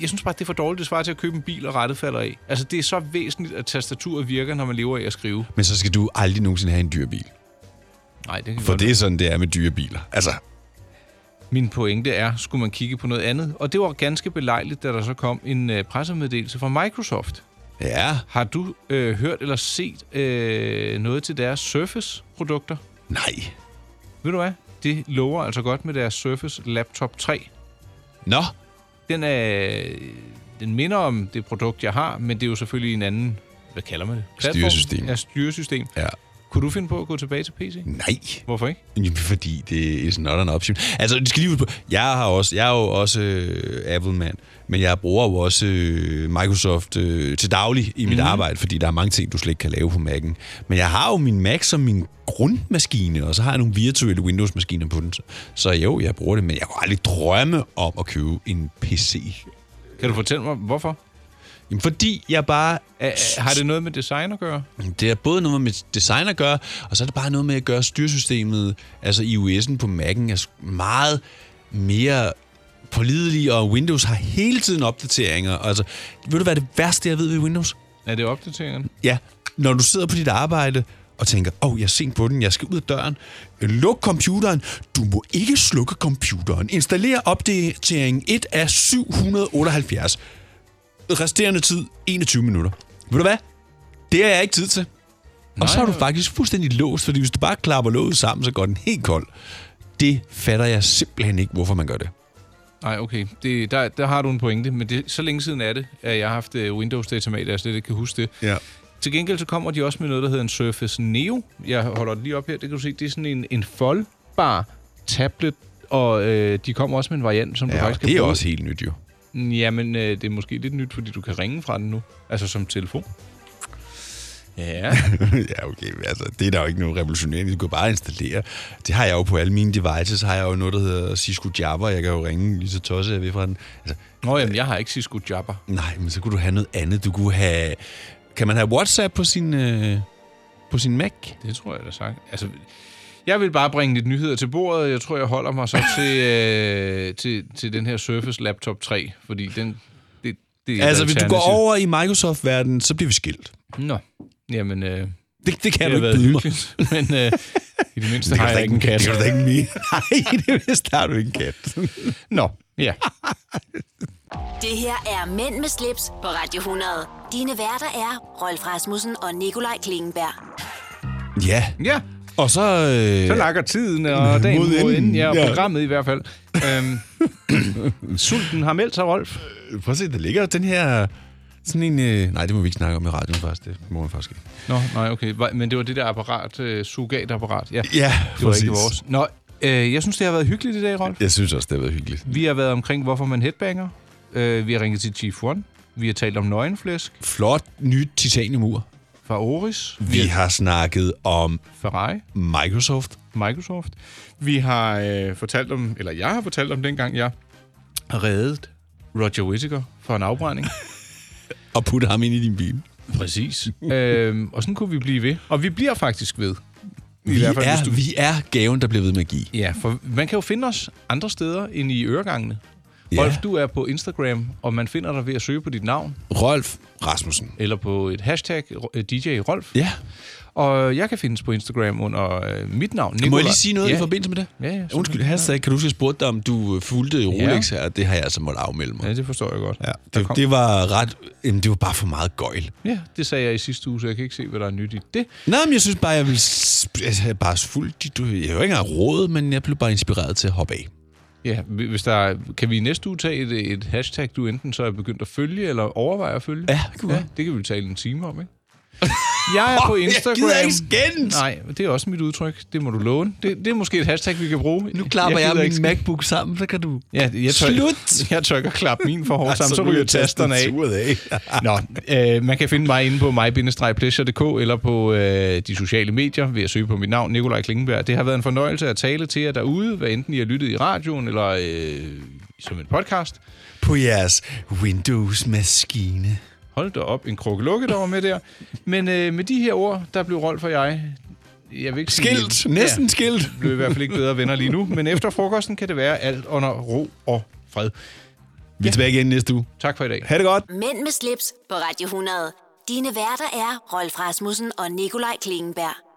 Speaker 3: jeg synes bare, det er for dårligt. Det svarer til at købe en bil, og rettet falder af. Altså, det er så væsentligt, at tastaturet virker, når man lever af at skrive.
Speaker 2: Men så skal du aldrig nogensinde have en dyr bil.
Speaker 3: Nej, det kan
Speaker 2: For
Speaker 3: godt
Speaker 2: det er sådan, det er med dyre biler. Altså,
Speaker 3: Min pointe er, skulle man kigge på noget andet? Og det var ganske belejligt, da der så kom en øh, pressemeddelelse fra Microsoft.
Speaker 2: Ja.
Speaker 3: Har du øh, hørt eller set øh, noget til deres Surface-produkter?
Speaker 2: Nej.
Speaker 3: Ved du hvad? Det lover altså godt med deres Surface Laptop 3.
Speaker 2: Nå.
Speaker 3: Den, er, øh, den minder om det produkt, jeg har, men det er jo selvfølgelig en anden... Hvad kalder man det?
Speaker 2: Styresystem.
Speaker 3: Ja, styresystem.
Speaker 2: Ja.
Speaker 3: Kunne du finde på at gå tilbage til PC?
Speaker 2: Nej.
Speaker 3: Hvorfor ikke?
Speaker 2: Jamen, Fordi det er not an option. Altså, det skal lige ud på. Jeg, har også, jeg er jo også øh, Apple-mand, men jeg bruger jo også øh, Microsoft øh, til daglig i mit mm. arbejde, fordi der er mange ting, du slet ikke kan lave på Mac'en. Men jeg har jo min Mac som min grundmaskine, og så har jeg nogle virtuelle Windows-maskiner på den. Så jo, jeg bruger det, men jeg kunne aldrig drømme om at købe en PC.
Speaker 3: Kan du fortælle mig, hvorfor?
Speaker 2: Jamen, fordi jeg bare...
Speaker 3: Æ, har det noget med design at gøre?
Speaker 2: Det er både noget med design at gøre, og så er det bare noget med at gøre styresystemet, altså iOS'en på Mac'en, er sk- meget mere pålidelig, og Windows har hele tiden opdateringer. Altså, ved du, hvad det værste, jeg ved ved Windows?
Speaker 3: Er det opdateringerne?
Speaker 2: Ja, når du sidder på dit arbejde og tænker, åh, oh, jeg er sent på den, jeg skal ud af døren. Luk computeren. Du må ikke slukke computeren. Installér opdatering 1 af 778. Resterende tid 21 minutter. Ved du hvad? Det har jeg ikke tid til. Og så er du faktisk fuldstændig låst, fordi hvis du bare klapper låget sammen, så går den helt kold. Det fatter jeg simpelthen ikke, hvorfor man gør det.
Speaker 3: Nej, okay. Det, der, der har du en pointe, men det, så længe siden er det, at jeg har haft øh, Windows-datamat, at jeg slet ikke kan huske det.
Speaker 2: Ja.
Speaker 3: Til gengæld så kommer de også med noget, der hedder en Surface Neo. Jeg holder den lige op her, det kan du se. Det er sådan en, en foldbar tablet, og øh, de kommer også med en variant, som du
Speaker 2: Ja,
Speaker 3: faktisk
Speaker 2: og
Speaker 3: kan
Speaker 2: det er
Speaker 3: bruge.
Speaker 2: også helt nyt jo.
Speaker 3: Jamen, øh, det er måske lidt nyt, fordi du kan ringe fra den nu. Altså som telefon. Ja.
Speaker 2: *laughs* ja, okay. Altså, det er der jo ikke noget revolutionerende. Du kan bare installere. Det har jeg jo på alle mine devices. Har jeg jo noget, der hedder Cisco Jabber. Jeg kan jo ringe lige så tosset jeg vil fra den. Altså,
Speaker 3: Nå, jamen, jeg har ikke Cisco Jabber.
Speaker 2: nej, men så kunne du have noget andet. Du kunne have... Kan man have WhatsApp på sin, øh, på sin Mac?
Speaker 3: Det tror jeg da sagt. Altså, jeg vil bare bringe lidt nyheder til bordet. Jeg tror, jeg holder mig så
Speaker 2: *laughs*
Speaker 3: til, øh, til, til den her Surface Laptop 3, fordi den... Det, det er et
Speaker 2: Altså, hvis du går
Speaker 3: alternativ.
Speaker 2: over i Microsoft-verdenen, så bliver vi skilt.
Speaker 3: Nå, jamen... Øh,
Speaker 2: det, det kan
Speaker 3: har
Speaker 2: du ikke
Speaker 3: været
Speaker 2: byde mig.
Speaker 3: hyggeligt, *laughs* Men øh, i det mindste
Speaker 2: Det kan
Speaker 3: har
Speaker 2: du da
Speaker 3: jeg ikke en kat.
Speaker 2: Det kan du da ikke *laughs* mere. Nej, det vidste, der har du ikke en kat.
Speaker 3: Nå,
Speaker 2: *laughs*
Speaker 3: ja.
Speaker 1: Det her er Mænd med slips på Radio 100. Dine værter er Rolf Rasmussen og Nikolaj Klingenberg.
Speaker 2: Ja.
Speaker 3: Ja.
Speaker 2: Og så... Øh,
Speaker 3: Så lakker
Speaker 2: *laughs*
Speaker 3: tiden og dagen
Speaker 2: Mod
Speaker 3: mod
Speaker 2: enden,
Speaker 3: enden. Ja, og
Speaker 2: ja.
Speaker 3: programmet i hvert fald.
Speaker 2: *coughs*
Speaker 3: Øhm, sulten har meldt sig, Rolf.
Speaker 2: Øh, Prøv at se, der ligger den her... Sådan en... Øh, nej, det må vi ikke snakke om i radioen faktisk. Det må man faktisk ikke.
Speaker 3: Nå, nej, okay. Hva- Men det var det der apparat, øh, surrogatapparat. Ja,
Speaker 2: Ja,
Speaker 3: det var ikke
Speaker 2: præcis.
Speaker 3: vores. Nå, øh, jeg synes, det har været hyggeligt i dag, Rolf.
Speaker 2: Jeg synes også, det har været hyggeligt.
Speaker 3: Vi har været omkring, hvorfor man headbanger. Øh, vi har ringet til Chief One. Vi har talt om nøgenflæsk
Speaker 2: Flot nyt titaniumur.
Speaker 3: fra Oris.
Speaker 2: Vi har snakket om
Speaker 3: Ferrari.
Speaker 2: Microsoft.
Speaker 3: Microsoft. Vi har øh, fortalt om, eller jeg har fortalt om dengang, jeg reddet Roger Whittaker fra en
Speaker 2: *laughs*
Speaker 3: afbrænding.
Speaker 2: Og putte ham ind i din bil.
Speaker 3: Præcis. øhm, og sådan kunne vi blive ved. Og vi bliver faktisk ved. I
Speaker 2: Vi
Speaker 3: hvert fald, hvis
Speaker 2: er,
Speaker 3: du-
Speaker 2: vi er gaven, der bliver ved med at give.
Speaker 3: Ja, for man kan jo finde os andre steder end i øregangene.
Speaker 2: Ja.
Speaker 3: Ja. Rolf, du er på Instagram, og man finder dig ved at søge på dit navn.
Speaker 2: Rolf Rasmussen.
Speaker 3: Eller på et hashtag, øh, DJ Rolf.
Speaker 2: Ja.
Speaker 3: Og jeg kan findes på Instagram under øh, mit navn,
Speaker 2: Må
Speaker 3: Nicolaj.
Speaker 2: jeg lige sige noget
Speaker 3: ja.
Speaker 2: i forbindelse med det?
Speaker 3: Ja, ja.
Speaker 2: Undskyld, hashtag, kan du huske, jeg spurgte dig, om du øh, fulgte Rolex her? Det har jeg altså måttet afmelde mig.
Speaker 3: Ja, det forstår jeg godt.
Speaker 2: Ja, det, det var ret... Jamen, det var bare for meget gøjl.
Speaker 3: Ja, det sagde jeg i sidste uge, så jeg kan ikke se, hvad der er nyt i det.
Speaker 2: Nej, men jeg synes bare, jeg vil... sp- Altså, jeg er bare fuldt... dit- Du, jeg har jo ikke engang råd, men jeg blev bare inspireret til at hoppe af.
Speaker 3: Ja, hvis der er, kan vi i næste uge tage et, et hashtag, du enten så er begyndt at følge, eller overvejer at følge? Ja, det, ja, det kan vi tale en time om, ikke? *laughs* Jeg er på
Speaker 2: Jeg
Speaker 3: Instagram.
Speaker 2: gider ikke skændes!
Speaker 3: Nej, det er også mit udtryk. Det må du låne. Det, det er måske et hashtag, vi kan bruge.
Speaker 2: Nu klapper jeg,
Speaker 3: gider
Speaker 2: jeg
Speaker 3: ikke
Speaker 2: min
Speaker 3: skændes.
Speaker 2: MacBook sammen, så kan du...
Speaker 3: *laughs* Ja, jeg tør,
Speaker 2: Slut!
Speaker 3: Jeg tør ikke at klappe min
Speaker 2: *laughs*
Speaker 3: for hårdt
Speaker 2: Altså,
Speaker 3: sammen, så
Speaker 2: nu er
Speaker 3: ryger tasterne af.
Speaker 2: tastaturet
Speaker 3: *laughs* Nå, øh, man kan finde mig inde på mig-pleasure.dk eller på øh, de sociale medier ved at søge på mit navn, Nikolaj Klingenberg. Det har været en fornøjelse at tale til jer derude, hvad enten I har lyttet i radioen eller øh, som en podcast.
Speaker 2: På jeres Windows-maskine.
Speaker 3: Hold da op, en krukke lukke, der var med der. Men øh, med de her ord, der blev Rolf og jeg... Jeg vil ikke
Speaker 2: Skilt. Næsten skilt.
Speaker 3: Blev i hvert fald ikke bedre venner lige nu. Men efter frokosten kan det være alt under ro og fred.
Speaker 2: Vi er tilbage igen næste uge.
Speaker 3: Tak for i dag.
Speaker 2: Ha' det godt.
Speaker 1: Mænd med slips på Radio 100. Dine værter er Rolf Rasmussen og Nikolaj Klingenberg.